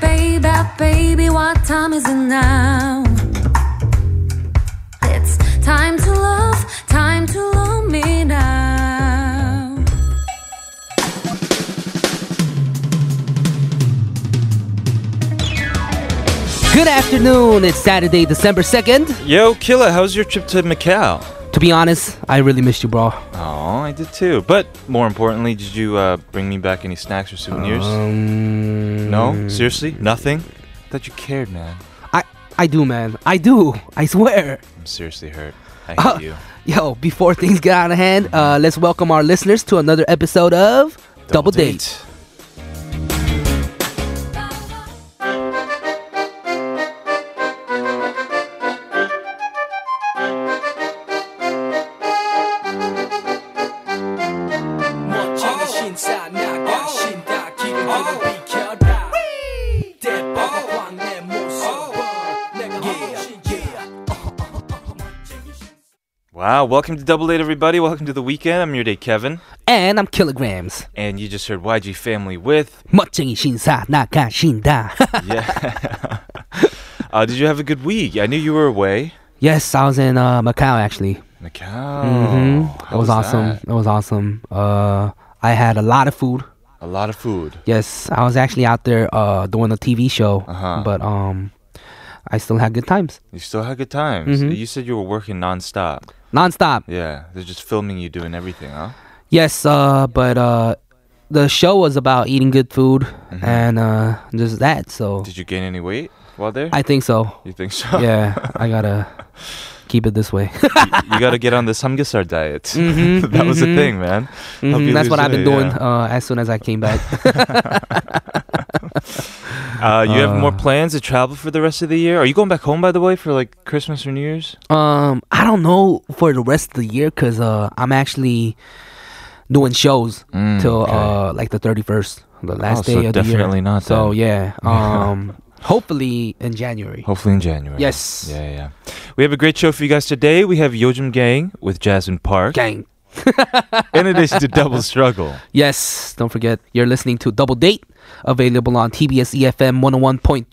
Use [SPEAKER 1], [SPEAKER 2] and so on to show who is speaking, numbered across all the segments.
[SPEAKER 1] say that, baby? What time is it now? It's time to love, time to love me now.
[SPEAKER 2] Good afternoon. It's Saturday, December 2nd.
[SPEAKER 3] Yo, Killa, how's your trip to Macau?
[SPEAKER 2] To be honest, I really missed you, bro.
[SPEAKER 3] Oh, I did too. But more importantly, did you uh, bring me back any snacks or souvenirs?
[SPEAKER 2] Um,
[SPEAKER 3] no, seriously, nothing. I thought you cared, man.
[SPEAKER 2] I, I do, man. I do. I swear.
[SPEAKER 3] I'm seriously hurt. I hate
[SPEAKER 2] Uh,
[SPEAKER 3] you.
[SPEAKER 2] Yo, before things get out of hand, uh, let's welcome our listeners to another episode of Double, Date.
[SPEAKER 4] 멋진 신사 나가 신다 기분으로 비켜라 대박광 내 모습 내가 훨씬 yeah.
[SPEAKER 3] Wow, welcome to Double Date, everybody. Welcome to the weekend. I'm your day, Kevin,
[SPEAKER 2] And I'm kilograms.
[SPEAKER 3] and you just heard YG Family with.
[SPEAKER 2] 멋쟁이 신사 나가신다.
[SPEAKER 3] Yeah. uh, did you have a good week? I knew you were away.
[SPEAKER 2] yes, I was in uh, Macau actually.
[SPEAKER 3] Macau.
[SPEAKER 2] Mhm.
[SPEAKER 3] Oh, How
[SPEAKER 2] That was awesome.
[SPEAKER 3] that?
[SPEAKER 2] That was awesome. Uh, I had a lot of food.
[SPEAKER 3] A lot of food.
[SPEAKER 2] Yes, I was actually out there uh, doing a TV show,
[SPEAKER 3] Uh-huh.
[SPEAKER 2] but um, I still had good times,
[SPEAKER 3] You still had good times.
[SPEAKER 2] Mhm.
[SPEAKER 3] You said you were working nonstop.
[SPEAKER 2] nonstop.
[SPEAKER 3] Yeah, they're just filming you doing everything, huh?
[SPEAKER 2] Yes, uh, but uh, the show was about eating good food
[SPEAKER 3] Mhm.
[SPEAKER 2] and uh, just that. So
[SPEAKER 3] Did you gain any weight while there?
[SPEAKER 2] I think so.
[SPEAKER 3] you think so?
[SPEAKER 2] yeah, I gotta keep it this way.
[SPEAKER 3] you got to get on the samgyeopsal diet.
[SPEAKER 2] Mhm,
[SPEAKER 3] that was the
[SPEAKER 2] mhm.
[SPEAKER 3] thing, man. Help
[SPEAKER 2] Mhm,
[SPEAKER 3] you
[SPEAKER 2] That's
[SPEAKER 3] lose
[SPEAKER 2] what I've been doing
[SPEAKER 3] weight, yeah.
[SPEAKER 2] uh, as soon as I came back.
[SPEAKER 3] Uh, you have more
[SPEAKER 2] Uh,
[SPEAKER 3] plans to travel for the rest of the year? Are you going back home, by the way, for like Christmas or New Year's?
[SPEAKER 2] um, I don't know for the rest of the year because uh, I'm actually doing shows
[SPEAKER 3] Mm,
[SPEAKER 2] till
[SPEAKER 3] okay. Oh,
[SPEAKER 2] uh, like the 31st, the last day
[SPEAKER 3] so
[SPEAKER 2] of the year.
[SPEAKER 3] definitely not
[SPEAKER 2] So
[SPEAKER 3] then.
[SPEAKER 2] yeah, um, hopefully in January.
[SPEAKER 3] Hopefully in January.
[SPEAKER 2] Yes.
[SPEAKER 3] Yeah, yeah, yeah. We have a great show for you guys today. We have Yojim Gang with Jasmine Park.
[SPEAKER 2] Gang.
[SPEAKER 3] In addition to Double Struggle.
[SPEAKER 2] Yes, don't forget you're listening to Double Date, available on TBS EFM 101.3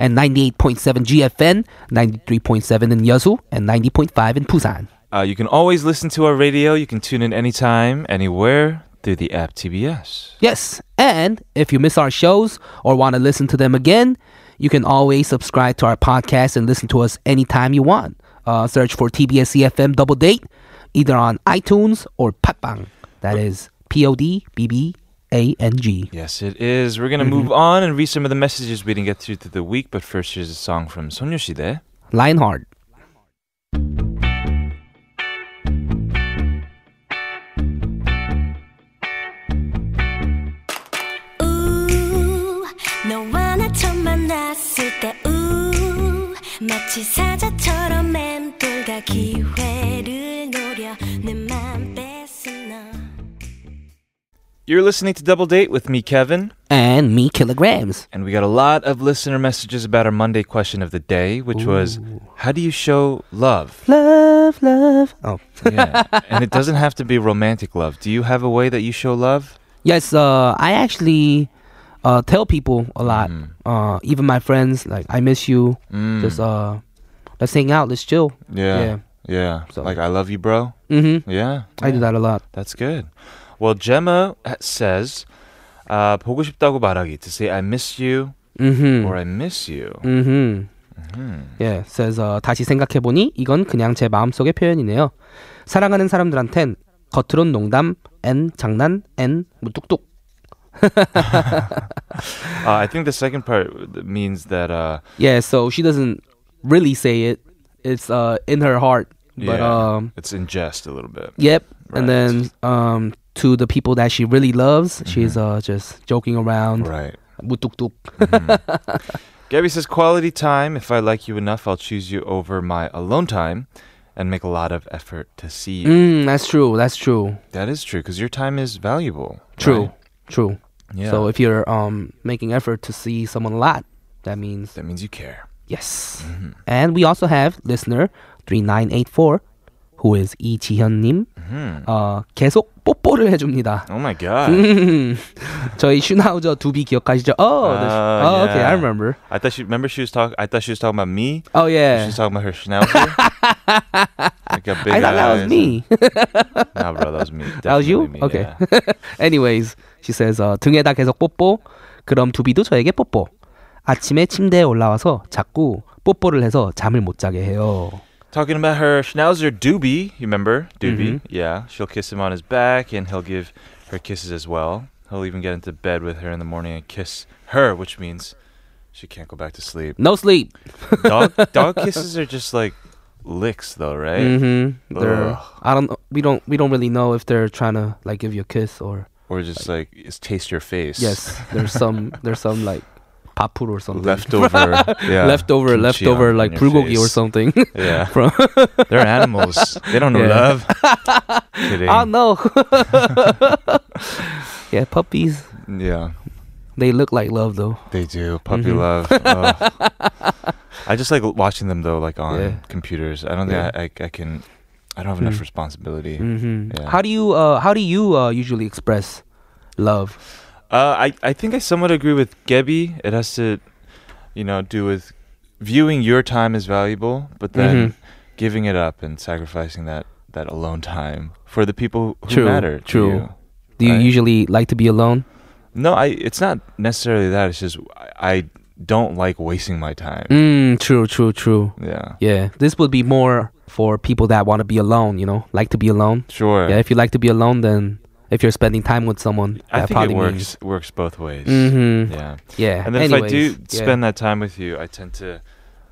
[SPEAKER 2] and 98.7 GFN, 93.7 in Yeosu, and 90.5 in Busan.
[SPEAKER 3] Uh, you can always listen to our radio. You can tune in anytime, anywhere through the app TBS.
[SPEAKER 2] Yes, and if you miss our shows or want to listen to them again, you can always subscribe to our podcast and listen to us anytime you want. Uh, search for TBS EFM Double Date either on iTunes or Patbang. That is P O D B B A N G.
[SPEAKER 3] Yes, it is. We're going to move on and read some of the messages we didn't get to through the week. But first, here's a song from Sonyoshide.
[SPEAKER 2] Lionheart.
[SPEAKER 5] 우 너와 나 처음 만났을 때우 마치 사자처럼 맴돌다 기회를 노려 내맘 뺏은 너
[SPEAKER 3] You're listening to Double Date with me, Kevin.
[SPEAKER 2] And me, Kilograms.
[SPEAKER 3] And we got a lot of listener messages about our Monday question of the day, which was How do you show love?
[SPEAKER 2] Love, love. Oh.
[SPEAKER 3] yeah. And it doesn't have to be romantic love. Do you have a way that you show love?
[SPEAKER 2] Yes, uh, I actually uh, tell people a lot,
[SPEAKER 3] Mm.
[SPEAKER 2] uh, even my friends, like, I miss you.
[SPEAKER 3] Mm.
[SPEAKER 2] Just uh, let's hang out, let's chill.
[SPEAKER 3] yeah. Yeah.
[SPEAKER 2] So-
[SPEAKER 3] Like, I love you, bro.
[SPEAKER 2] Mm-hmm.
[SPEAKER 3] Yeah.
[SPEAKER 2] I do that a lot.
[SPEAKER 3] That's good. Well, Gemma says, uh, 보고 싶다고 말하기, to say I miss you
[SPEAKER 2] Mm-hmm.
[SPEAKER 3] or I miss you.
[SPEAKER 2] Mm-hmm. Yeah, says uh, 다시 생각해 보니 이건 그냥 제 마음속의 표현이네요. 사랑하는 사람들한텐 겉으론 농담, 앤 장난, 앤 무뚝뚝.
[SPEAKER 3] Uh, I think the second part means that uh,
[SPEAKER 2] Yeah, 예, so she doesn't really say it. It's uh, in her heart. But
[SPEAKER 3] Yeah.
[SPEAKER 2] um,
[SPEAKER 3] it's in jest a little bit.
[SPEAKER 2] yep.
[SPEAKER 3] Right.
[SPEAKER 2] And then um, to the people that she really loves, she's uh, just joking around.
[SPEAKER 3] Mm-hmm. Right.
[SPEAKER 2] 무뚝뚝.
[SPEAKER 3] Gabby says, quality time. If I like you enough, I'll choose you over my alone time and make a lot of effort to see you.
[SPEAKER 2] Mm, that's true. That's true.
[SPEAKER 3] That is true because your time is valuable.
[SPEAKER 2] True.
[SPEAKER 3] right?
[SPEAKER 2] True.
[SPEAKER 3] Yeah.
[SPEAKER 2] So if you're um, making effort to see someone a lot, that means
[SPEAKER 3] that means you care.
[SPEAKER 2] Yes.
[SPEAKER 3] Mm-hmm. Mm-hmm.
[SPEAKER 2] And we also have listener 3984 who is Lee Ji-hyun 님 어, 계속 뽀뽀를 해줍니다.
[SPEAKER 3] Oh my god.
[SPEAKER 2] 저희 슈나우저 두비 기억하시죠? Oh, the-
[SPEAKER 3] Uh,
[SPEAKER 2] oh, okay, I
[SPEAKER 3] yeah.
[SPEAKER 2] remember.
[SPEAKER 3] I thought she remember she was talk. I thought she was talking about me.
[SPEAKER 2] Oh yeah,
[SPEAKER 3] She's talking about her schnauzer. like a big
[SPEAKER 2] I thought that was
[SPEAKER 3] eyes.
[SPEAKER 2] me.
[SPEAKER 3] Nah, bro, that was me.
[SPEAKER 2] That was you?
[SPEAKER 3] Definitely Me,
[SPEAKER 2] Okay.
[SPEAKER 3] yeah.
[SPEAKER 2] Anyways, she says 어, 등에다 계속 뽀뽀. 그럼 두비도 저에게 뽀뽀. 아침에 침대에 올라와서 자꾸 뽀뽀를 해서 잠을 못 자게 해요.
[SPEAKER 3] Talking about her schnauzer Doobie, you remember Doobie?
[SPEAKER 2] Mm-hmm.
[SPEAKER 3] Yeah, she'll kiss him on his back, and he'll give her kisses as well. He'll even get into bed with her in the morning and kiss her, which means she can't go back to sleep.
[SPEAKER 2] No sleep.
[SPEAKER 3] Dog dog kisses are just like licks, though, right?
[SPEAKER 2] hmm They're,
[SPEAKER 3] Ugh.
[SPEAKER 2] I don't. know- We don't. We don't really know if they're trying to like give you a kiss or
[SPEAKER 3] Or just like it's taste your face.
[SPEAKER 2] yes. There's some. There's some like papur or something.
[SPEAKER 3] leftover, yeah,
[SPEAKER 2] leftover,
[SPEAKER 3] kimchi
[SPEAKER 2] leftover
[SPEAKER 3] on-
[SPEAKER 2] like
[SPEAKER 3] on your
[SPEAKER 2] bulgogi or
[SPEAKER 3] face.
[SPEAKER 2] something.
[SPEAKER 3] Yeah,
[SPEAKER 2] From-
[SPEAKER 3] they're animals. They don't know
[SPEAKER 2] Yeah.
[SPEAKER 3] love. Kidding.
[SPEAKER 2] oh no. yeah, puppies.
[SPEAKER 3] Yeah,
[SPEAKER 2] They look like love though.
[SPEAKER 3] they do. Puppy
[SPEAKER 2] Mm-hmm.
[SPEAKER 3] love. Ugh. I just like watching them though, like on
[SPEAKER 2] Yeah.
[SPEAKER 3] computers. I don't
[SPEAKER 2] Yeah. Mm.
[SPEAKER 3] think I, I, I can. I don't have enough responsibility.
[SPEAKER 2] hmm
[SPEAKER 3] Yeah.
[SPEAKER 2] How do you? Uh, how do you uh, usually express love?
[SPEAKER 3] Uh, I I think I somewhat agree with Gebby. It has to, you know, do with viewing your time as valuable, but
[SPEAKER 2] Mhm.
[SPEAKER 3] then giving it up and sacrificing that that alone time for the people who
[SPEAKER 2] True,
[SPEAKER 3] matter. to
[SPEAKER 2] true.
[SPEAKER 3] you.
[SPEAKER 2] Do you
[SPEAKER 3] Right.
[SPEAKER 2] usually like to be alone?
[SPEAKER 3] No, I. It's not necessarily that. It's just I, I don't like wasting my time.
[SPEAKER 2] Mm, true, true, true.
[SPEAKER 3] Yeah.
[SPEAKER 2] Yeah, this would be more for people that want to be alone. You know, like to be alone.
[SPEAKER 3] Sure.
[SPEAKER 2] Yeah, if you like to be alone, then if you're spending time with someone,
[SPEAKER 3] I
[SPEAKER 2] that
[SPEAKER 3] think it
[SPEAKER 2] probably means-
[SPEAKER 3] works. Works both ways.
[SPEAKER 2] Mhm.
[SPEAKER 3] Yeah.
[SPEAKER 2] Yeah.
[SPEAKER 3] And then if
[SPEAKER 2] Anyways,
[SPEAKER 3] I do
[SPEAKER 2] yeah,
[SPEAKER 3] spend that time with you, I tend to,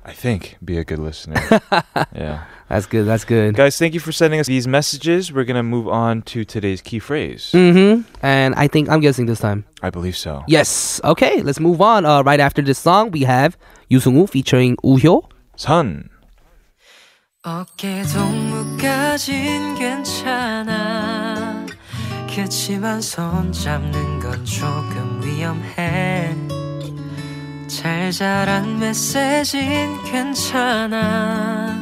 [SPEAKER 3] I think, be a good listener. yeah.
[SPEAKER 2] that's good. That's good.
[SPEAKER 3] Guys, thank you for sending us these messages. We're gonna move on to today's key phrase.
[SPEAKER 2] Mm-hmm. And I think I'm guessing this time.
[SPEAKER 3] I believe so.
[SPEAKER 2] Yes. Okay. Let's move on. Uh, right after this song, we have Yoo featuring Uhyo.
[SPEAKER 3] Sun.
[SPEAKER 4] 어깨 동무까진 괜찮아 그치만 손 잡는 건 조금 위험해 잘 자란 메시진 괜찮아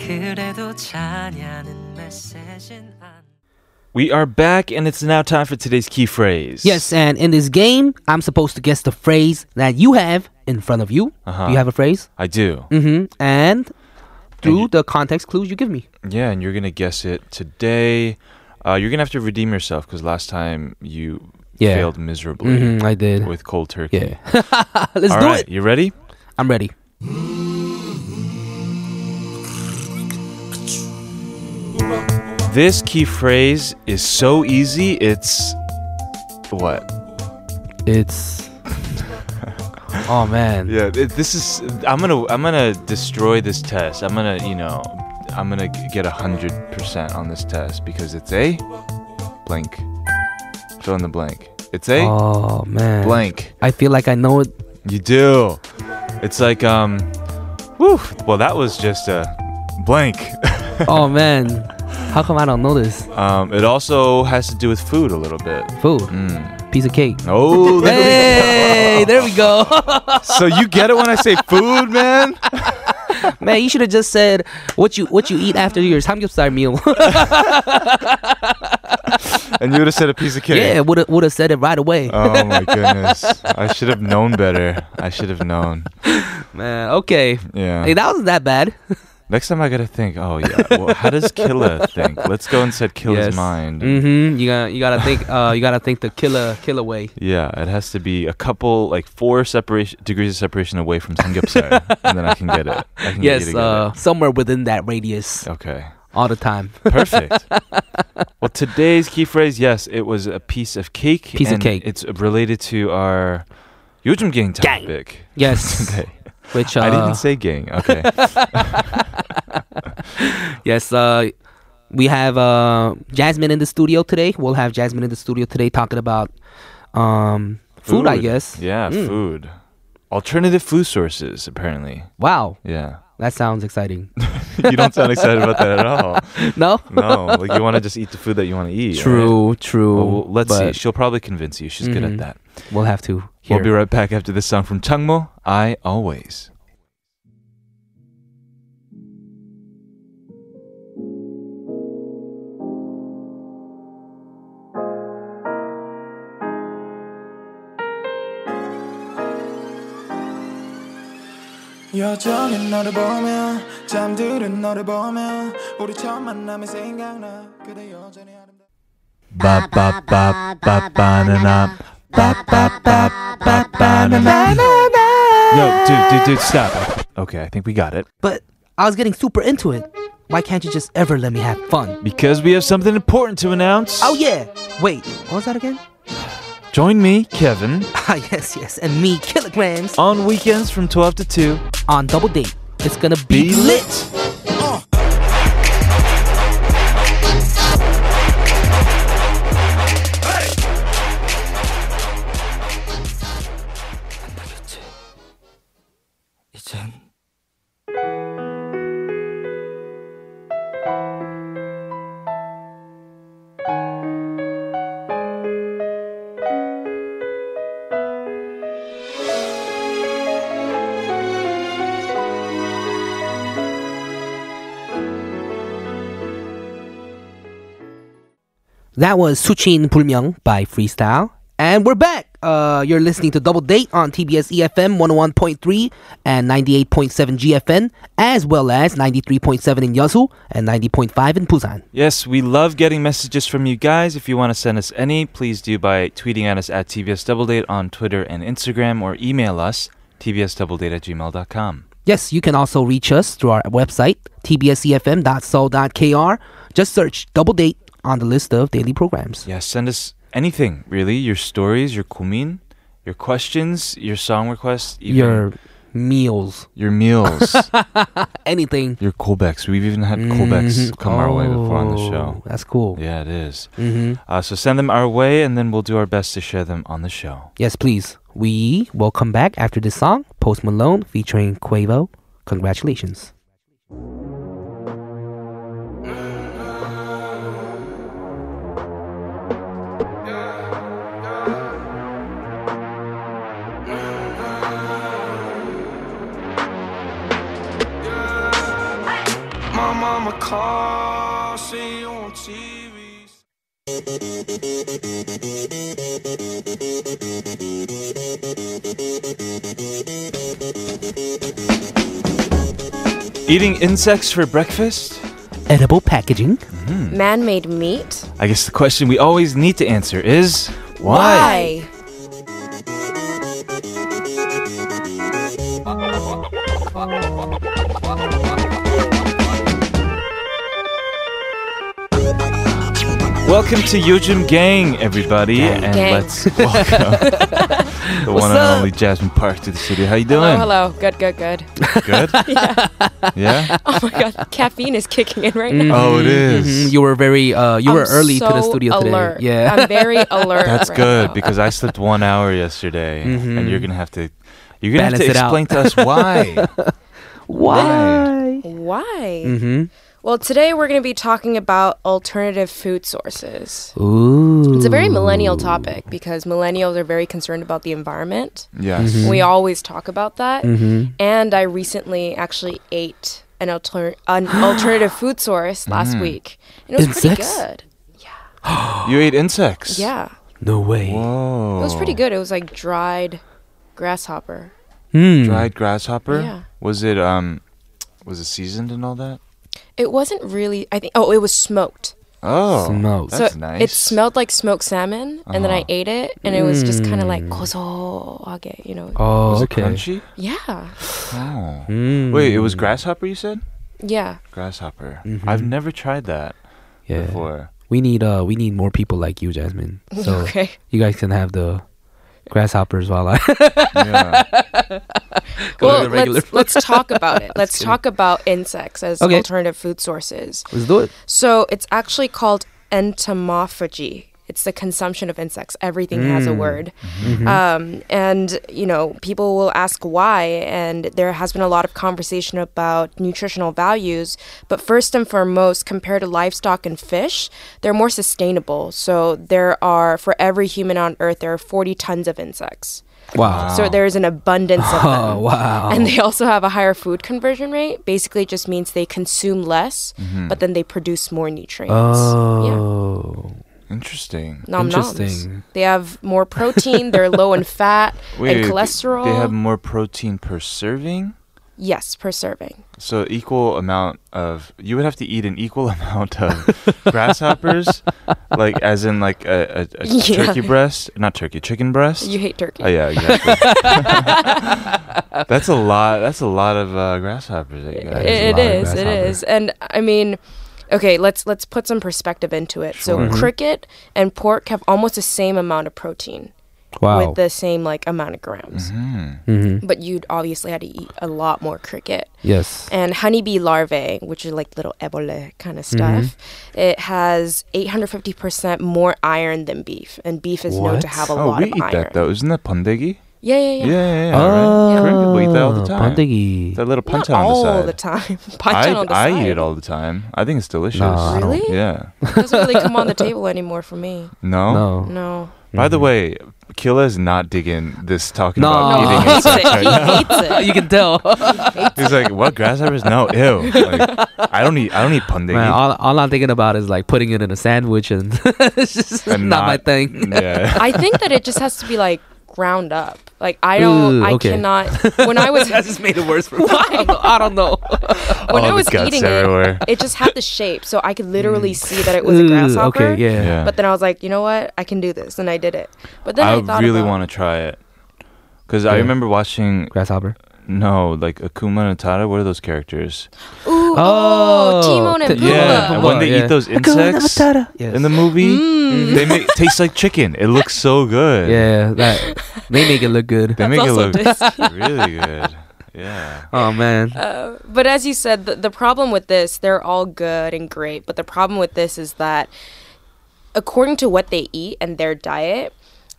[SPEAKER 4] 그래도 자냐는 메시진 안
[SPEAKER 3] We are back, and it's now time for today's key phrase.
[SPEAKER 2] Yes. And in this game, I'm supposed to guess the phrase that you have in front of you.
[SPEAKER 3] Uh-huh.
[SPEAKER 2] Do you have a phrase?
[SPEAKER 3] I do.
[SPEAKER 2] Mm-hmm. And through
[SPEAKER 3] you-
[SPEAKER 2] the context clues you give me.
[SPEAKER 3] Yeah, and you're gonna guess it today. Uh, you're gonna have to redeem yourself because last time you
[SPEAKER 2] Yeah.
[SPEAKER 3] failed miserably
[SPEAKER 2] Mm-hmm. I did.
[SPEAKER 3] with cold turkey.
[SPEAKER 2] Yeah. Let's
[SPEAKER 3] All
[SPEAKER 2] do
[SPEAKER 3] right,
[SPEAKER 2] it.
[SPEAKER 3] you ready?
[SPEAKER 2] I'm ready.
[SPEAKER 3] This key phrase is so easy. It's what?
[SPEAKER 2] It's. oh man.
[SPEAKER 3] Yeah, it, this is. I'm gonna. I'm gonna destroy this test. I'm gonna. You know. I'm gonna g- get a hundred percent on this test because it's a blank. Fill in the blank. It's a
[SPEAKER 2] Oh man.
[SPEAKER 3] blank.
[SPEAKER 2] I feel like I know it.
[SPEAKER 3] You do. It's like um. Woo. Well, that was just a blank.
[SPEAKER 2] Oh man. How come I don't know this?
[SPEAKER 3] um. It also has to do with food a little bit.
[SPEAKER 2] Food.
[SPEAKER 3] Mm.
[SPEAKER 2] Piece of cake.
[SPEAKER 3] Oh. there we go.
[SPEAKER 2] Hey, there we go.
[SPEAKER 3] so you get it when I say food, man.
[SPEAKER 2] man, you should have just said what you what you eat after your samgyeopsal meal.
[SPEAKER 3] And you would have said a piece of cake.
[SPEAKER 2] yeah, would have would have said it right away.
[SPEAKER 3] Oh my goodness. I should have known better. I should have known.
[SPEAKER 2] man, okay.
[SPEAKER 3] Yeah.
[SPEAKER 2] Hey, that wasn't that bad.
[SPEAKER 3] Next time I gotta think. Oh yeah. Well, how does Killa think? Let's go and set Killa's
[SPEAKER 2] Yes.
[SPEAKER 3] mind.
[SPEAKER 2] Mm-hmm. You gotta you gotta think uh you gotta think the killer killer way.
[SPEAKER 3] Yeah, it has to be a couple, like four separation degrees of separation away from Samgyeopsal, and then I can get it. I can
[SPEAKER 2] Yes,
[SPEAKER 3] get you to get
[SPEAKER 2] uh somewhere within that radius
[SPEAKER 3] it. Okay.
[SPEAKER 2] all the time.
[SPEAKER 3] Perfect. well, today's key phrase, yes, it was a piece of cake.
[SPEAKER 2] Piece of
[SPEAKER 3] and
[SPEAKER 2] cake.
[SPEAKER 3] It's related to our 요즘 gang
[SPEAKER 2] Gang.
[SPEAKER 3] topic.
[SPEAKER 2] Yes.
[SPEAKER 3] Okay.
[SPEAKER 2] Which uh
[SPEAKER 3] I didn't say gang. Okay.
[SPEAKER 2] Yes, uh, we have uh, Jasmine in the studio today. We'll have Jasmine in the studio today talking about um, food, I guess.
[SPEAKER 3] Yeah,
[SPEAKER 2] Mm.
[SPEAKER 3] food. Alternative food sources, apparently.
[SPEAKER 2] Wow,
[SPEAKER 3] Yeah.
[SPEAKER 2] that sounds exciting.
[SPEAKER 3] you don't sound excited about that at all.
[SPEAKER 2] no?
[SPEAKER 3] No, like you want to just eat the food that you want to eat. right?
[SPEAKER 2] True, true.
[SPEAKER 3] Well, well, let's see.
[SPEAKER 2] but
[SPEAKER 3] She'll probably convince you. She's good
[SPEAKER 2] Mhm.
[SPEAKER 3] at that.
[SPEAKER 2] We'll have to. Hear.
[SPEAKER 3] We'll be right back after this song from Changmo. I always.
[SPEAKER 6] 여전히 너를 보며 잠드는 너를 보며 우리 처음 만남이 생각나 그대 여전히 아름다워
[SPEAKER 7] Ba-ba-ba-ba-banana.
[SPEAKER 3] Yo, dude, dude, dude, stop. Okay, I think we got it.
[SPEAKER 2] But I was getting super into it. Why can't you just ever let me have fun?
[SPEAKER 3] Because we have something important to announce.
[SPEAKER 2] Oh yeah. Wait, what was that again?
[SPEAKER 3] Join me, Kevin,
[SPEAKER 2] Ah yes, yes, and me, kilograms
[SPEAKER 3] on weekends from 12 to 2.
[SPEAKER 2] on double date. It's gonna be, lit.
[SPEAKER 4] 알겠지? 이젠
[SPEAKER 2] That was Suchin Pulmyeong by Freestyle. And we're back. Uh, you're listening to Double Date on TBS EFM 101.3 and 98.7 GFN, as well as 93.7 in Yeosu and 90.5 in Busan.
[SPEAKER 3] Yes, we love getting messages from you guys. If you want to send us any, please do by tweeting at us at TBS Doubledate on Twitter and Instagram or email us tbsdoubledate at gmail.com.
[SPEAKER 2] Yes, you can also reach us through our website, E tbsefm.so.kr. Just search Double Date on the list of daily programs.
[SPEAKER 3] Yeah, send us anything, really. Your stories, your kumin, your questions, your song requests, even
[SPEAKER 2] Your meals,
[SPEAKER 3] your meals,
[SPEAKER 2] anything.
[SPEAKER 3] your callbacks. We've even had callbacks
[SPEAKER 2] Mhm.
[SPEAKER 3] come our way before on the
[SPEAKER 2] Oh,
[SPEAKER 3] show.
[SPEAKER 2] That's cool.
[SPEAKER 3] Yeah, it is.
[SPEAKER 2] hmm
[SPEAKER 3] Uh, so send them our way, and then we'll do our best to share them on the show.
[SPEAKER 2] Yes, please. We will come back after this song, Post Malone featuring Quavo. Congratulations.
[SPEAKER 6] My mama called, see you on TV
[SPEAKER 3] Eating insects for breakfast?
[SPEAKER 2] Edible packaging.
[SPEAKER 8] Man made meat?
[SPEAKER 3] I guess the question we always need to answer is Welcome to Yojim Gang, everybody, and
[SPEAKER 8] Gang.
[SPEAKER 3] let's welcome the one and only Jasmine Park to the city. How you
[SPEAKER 8] Hello,
[SPEAKER 3] doing?
[SPEAKER 8] Oh, hello. Good, good, good.
[SPEAKER 3] Good. yeah.
[SPEAKER 8] Oh my god, caffeine is kicking in right now.
[SPEAKER 3] Oh, it is.
[SPEAKER 2] Mhm, You were very, uh, Mm, you were
[SPEAKER 8] I'm
[SPEAKER 2] early to the
[SPEAKER 8] so
[SPEAKER 2] studio
[SPEAKER 8] alert.
[SPEAKER 2] today. Yeah.
[SPEAKER 8] I'm very alert.
[SPEAKER 3] That's
[SPEAKER 8] right
[SPEAKER 3] good
[SPEAKER 8] now.
[SPEAKER 3] because I slept one hour yesterday, and you're gonna have to. You're gonna
[SPEAKER 2] Mm-hmm. Balance
[SPEAKER 3] have
[SPEAKER 2] it
[SPEAKER 3] to
[SPEAKER 2] out.
[SPEAKER 3] explain to us why.
[SPEAKER 2] Why?
[SPEAKER 8] Why?
[SPEAKER 2] hmm
[SPEAKER 8] Well, today we're going to be talking about alternative food sources.
[SPEAKER 2] Ooh.
[SPEAKER 8] It's a very millennial topic because millennials are very concerned about the environment.
[SPEAKER 2] Mm-hmm.
[SPEAKER 3] yes.
[SPEAKER 8] We always talk about that. And I recently actually ate an, alter- an alternative food source last week. And it was
[SPEAKER 2] Mm. Insects?
[SPEAKER 8] pretty good.
[SPEAKER 3] You ate insects.
[SPEAKER 8] Yeah.
[SPEAKER 2] No way.
[SPEAKER 3] Oh.
[SPEAKER 8] It was pretty good. It was like dried grasshopper.
[SPEAKER 2] Hmm.
[SPEAKER 3] Dried grasshopper.
[SPEAKER 8] Yeah.
[SPEAKER 3] Was it um, was it seasoned and all that?
[SPEAKER 8] It wasn't really, I think, oh, it was smoked.
[SPEAKER 3] Oh,
[SPEAKER 2] Smoked.
[SPEAKER 3] that's
[SPEAKER 8] so
[SPEAKER 3] nice.
[SPEAKER 8] it smelled like smoked salmon, and then I
[SPEAKER 3] Uh-huh.
[SPEAKER 8] ate it, and it was just kind of like 고소하게, you know.
[SPEAKER 2] Mm. Oh,
[SPEAKER 3] Was
[SPEAKER 2] okay.
[SPEAKER 3] it crunchy?
[SPEAKER 8] Yeah,
[SPEAKER 3] Oh.
[SPEAKER 2] Mm.
[SPEAKER 3] Wait, it was grasshopper. You said
[SPEAKER 8] yeah.
[SPEAKER 3] grasshopper. I've never tried that
[SPEAKER 2] Yeah.
[SPEAKER 3] before.
[SPEAKER 2] We need, uh, we need more people like you, Jasmine. So
[SPEAKER 8] okay,
[SPEAKER 2] you guys can have the grasshoppers while I.
[SPEAKER 3] Yeah.
[SPEAKER 2] go to
[SPEAKER 8] well,
[SPEAKER 2] the regular
[SPEAKER 8] let's let's talk about it. Let's talk about insects as
[SPEAKER 2] Okay.
[SPEAKER 8] alternative food sources.
[SPEAKER 2] Let's do it.
[SPEAKER 8] So it's actually called entomophagy. It's the consumption of insects. Everything has a word.
[SPEAKER 2] Mm-hmm.
[SPEAKER 8] Um, and, you know, people will ask why. And there has been a lot of conversation about nutritional values. But first and foremost, compared to livestock and fish, they're more sustainable. So there are, for every human on earth, there are 40 tons of insects.
[SPEAKER 2] Wow.
[SPEAKER 8] So there's an abundance of them.
[SPEAKER 2] Oh wow.
[SPEAKER 8] And they also have a higher food conversion rate. Basically, it just means they consume less, but then they produce more nutrients.
[SPEAKER 2] Mm-hmm. oh.
[SPEAKER 3] Interesting.
[SPEAKER 8] Nom noms.
[SPEAKER 2] Interesting.
[SPEAKER 8] They have more protein. They're low in fat
[SPEAKER 3] Wait,
[SPEAKER 8] and
[SPEAKER 3] they-
[SPEAKER 8] cholesterol.
[SPEAKER 3] They have more protein per serving.
[SPEAKER 8] Yes, per serving.
[SPEAKER 3] So equal amount of you would have to eat an equal amount of grasshoppers, like as in like a, a, a
[SPEAKER 8] Yeah.
[SPEAKER 3] turkey breast, not turkey, chicken breast.
[SPEAKER 8] You hate turkey.
[SPEAKER 3] Oh yeah, exactly. that's a lot. That's a lot of uh, grasshoppers. That you got.
[SPEAKER 8] It- it
[SPEAKER 2] There's
[SPEAKER 8] is.
[SPEAKER 2] a lot of
[SPEAKER 8] It is. And I mean, okay, let's let's put some perspective into it.
[SPEAKER 3] Sure.
[SPEAKER 8] So cricket and pork have almost the same amount of protein
[SPEAKER 2] Wow.
[SPEAKER 8] with the same like amount of grams,
[SPEAKER 3] Mm.
[SPEAKER 2] Mhm.
[SPEAKER 8] but you'd obviously had to eat a lot more cricket.
[SPEAKER 2] Yes.
[SPEAKER 8] And honeybee larvae, which are like little ebole kind of stuff, it has 850% more iron than beef, and beef is known to
[SPEAKER 2] What?
[SPEAKER 8] have a
[SPEAKER 3] Oh,
[SPEAKER 8] lot
[SPEAKER 3] we
[SPEAKER 8] of
[SPEAKER 3] eat
[SPEAKER 8] iron.
[SPEAKER 3] that though. Isn't that pandegi?
[SPEAKER 8] Yeah, yeah,
[SPEAKER 3] Yeah,
[SPEAKER 8] yeah.
[SPEAKER 3] yeah, yeah.
[SPEAKER 2] oh,
[SPEAKER 3] right? Korean people eat that all the time.
[SPEAKER 2] pandegi.
[SPEAKER 3] That little
[SPEAKER 8] Not
[SPEAKER 3] panchan on
[SPEAKER 8] all
[SPEAKER 3] the side.
[SPEAKER 8] the time.
[SPEAKER 3] I,
[SPEAKER 8] Panchan on the
[SPEAKER 3] I
[SPEAKER 8] side.
[SPEAKER 3] eat it all the time. I think it's delicious.
[SPEAKER 2] Nah, I don't-
[SPEAKER 8] Really?
[SPEAKER 3] Yeah.
[SPEAKER 8] It doesn't really come on the table anymore for me.
[SPEAKER 3] No.
[SPEAKER 2] No.
[SPEAKER 8] No.
[SPEAKER 3] By the way, Killa is not digging this talking
[SPEAKER 2] No.
[SPEAKER 3] about
[SPEAKER 8] No,
[SPEAKER 3] eating
[SPEAKER 8] he hates
[SPEAKER 3] insects
[SPEAKER 8] it.
[SPEAKER 3] right
[SPEAKER 8] He
[SPEAKER 3] now.
[SPEAKER 8] hates it.
[SPEAKER 2] you can tell.
[SPEAKER 3] He's like, what grasshoppers? No, ew. Like, I don't eat. I don't eat pandegi.
[SPEAKER 2] Man, all, all I'm thinking about is like putting it in a sandwich, and it's just
[SPEAKER 3] and
[SPEAKER 2] not, my thing.
[SPEAKER 3] Yeah.
[SPEAKER 8] I think that it just has to be like ground up. Like I don't,
[SPEAKER 2] Ooh,
[SPEAKER 8] I
[SPEAKER 2] okay.
[SPEAKER 8] cannot. When I was
[SPEAKER 2] that just made it worse for me. I don't know. I don't know.
[SPEAKER 3] All
[SPEAKER 8] when I
[SPEAKER 3] the
[SPEAKER 8] was
[SPEAKER 3] guts
[SPEAKER 8] eating
[SPEAKER 3] everywhere.
[SPEAKER 8] it, it just had the shape, so I could literally see that it was a
[SPEAKER 2] Ooh,
[SPEAKER 8] grasshopper.
[SPEAKER 2] okay, yeah.
[SPEAKER 3] Yeah.
[SPEAKER 8] But then I was like, you know what? I can do this, and I did it. But then I,
[SPEAKER 3] I
[SPEAKER 8] thought
[SPEAKER 3] really
[SPEAKER 8] about,
[SPEAKER 3] want to try it because I
[SPEAKER 2] Yeah.
[SPEAKER 3] remember watching
[SPEAKER 2] Grasshopper.
[SPEAKER 3] no like Akuma and Tara. What are those characters?
[SPEAKER 8] Ooh, oh, Timon and
[SPEAKER 2] T-
[SPEAKER 8] Pumbaa.
[SPEAKER 3] Yeah, and when they eat those insects
[SPEAKER 2] Yes.
[SPEAKER 3] in the movie,
[SPEAKER 8] Mm-hmm. Mm.
[SPEAKER 3] they make taste like chicken. It looks so good.
[SPEAKER 2] yeah, that they make it look good.
[SPEAKER 3] they make it
[SPEAKER 8] also
[SPEAKER 3] look
[SPEAKER 8] tasty.
[SPEAKER 3] really good. Yeah.
[SPEAKER 2] Oh man,
[SPEAKER 8] Uh, But as you said, the, the problem with this, they're all good and great. But the problem with this is that, according to what they eat and their diet,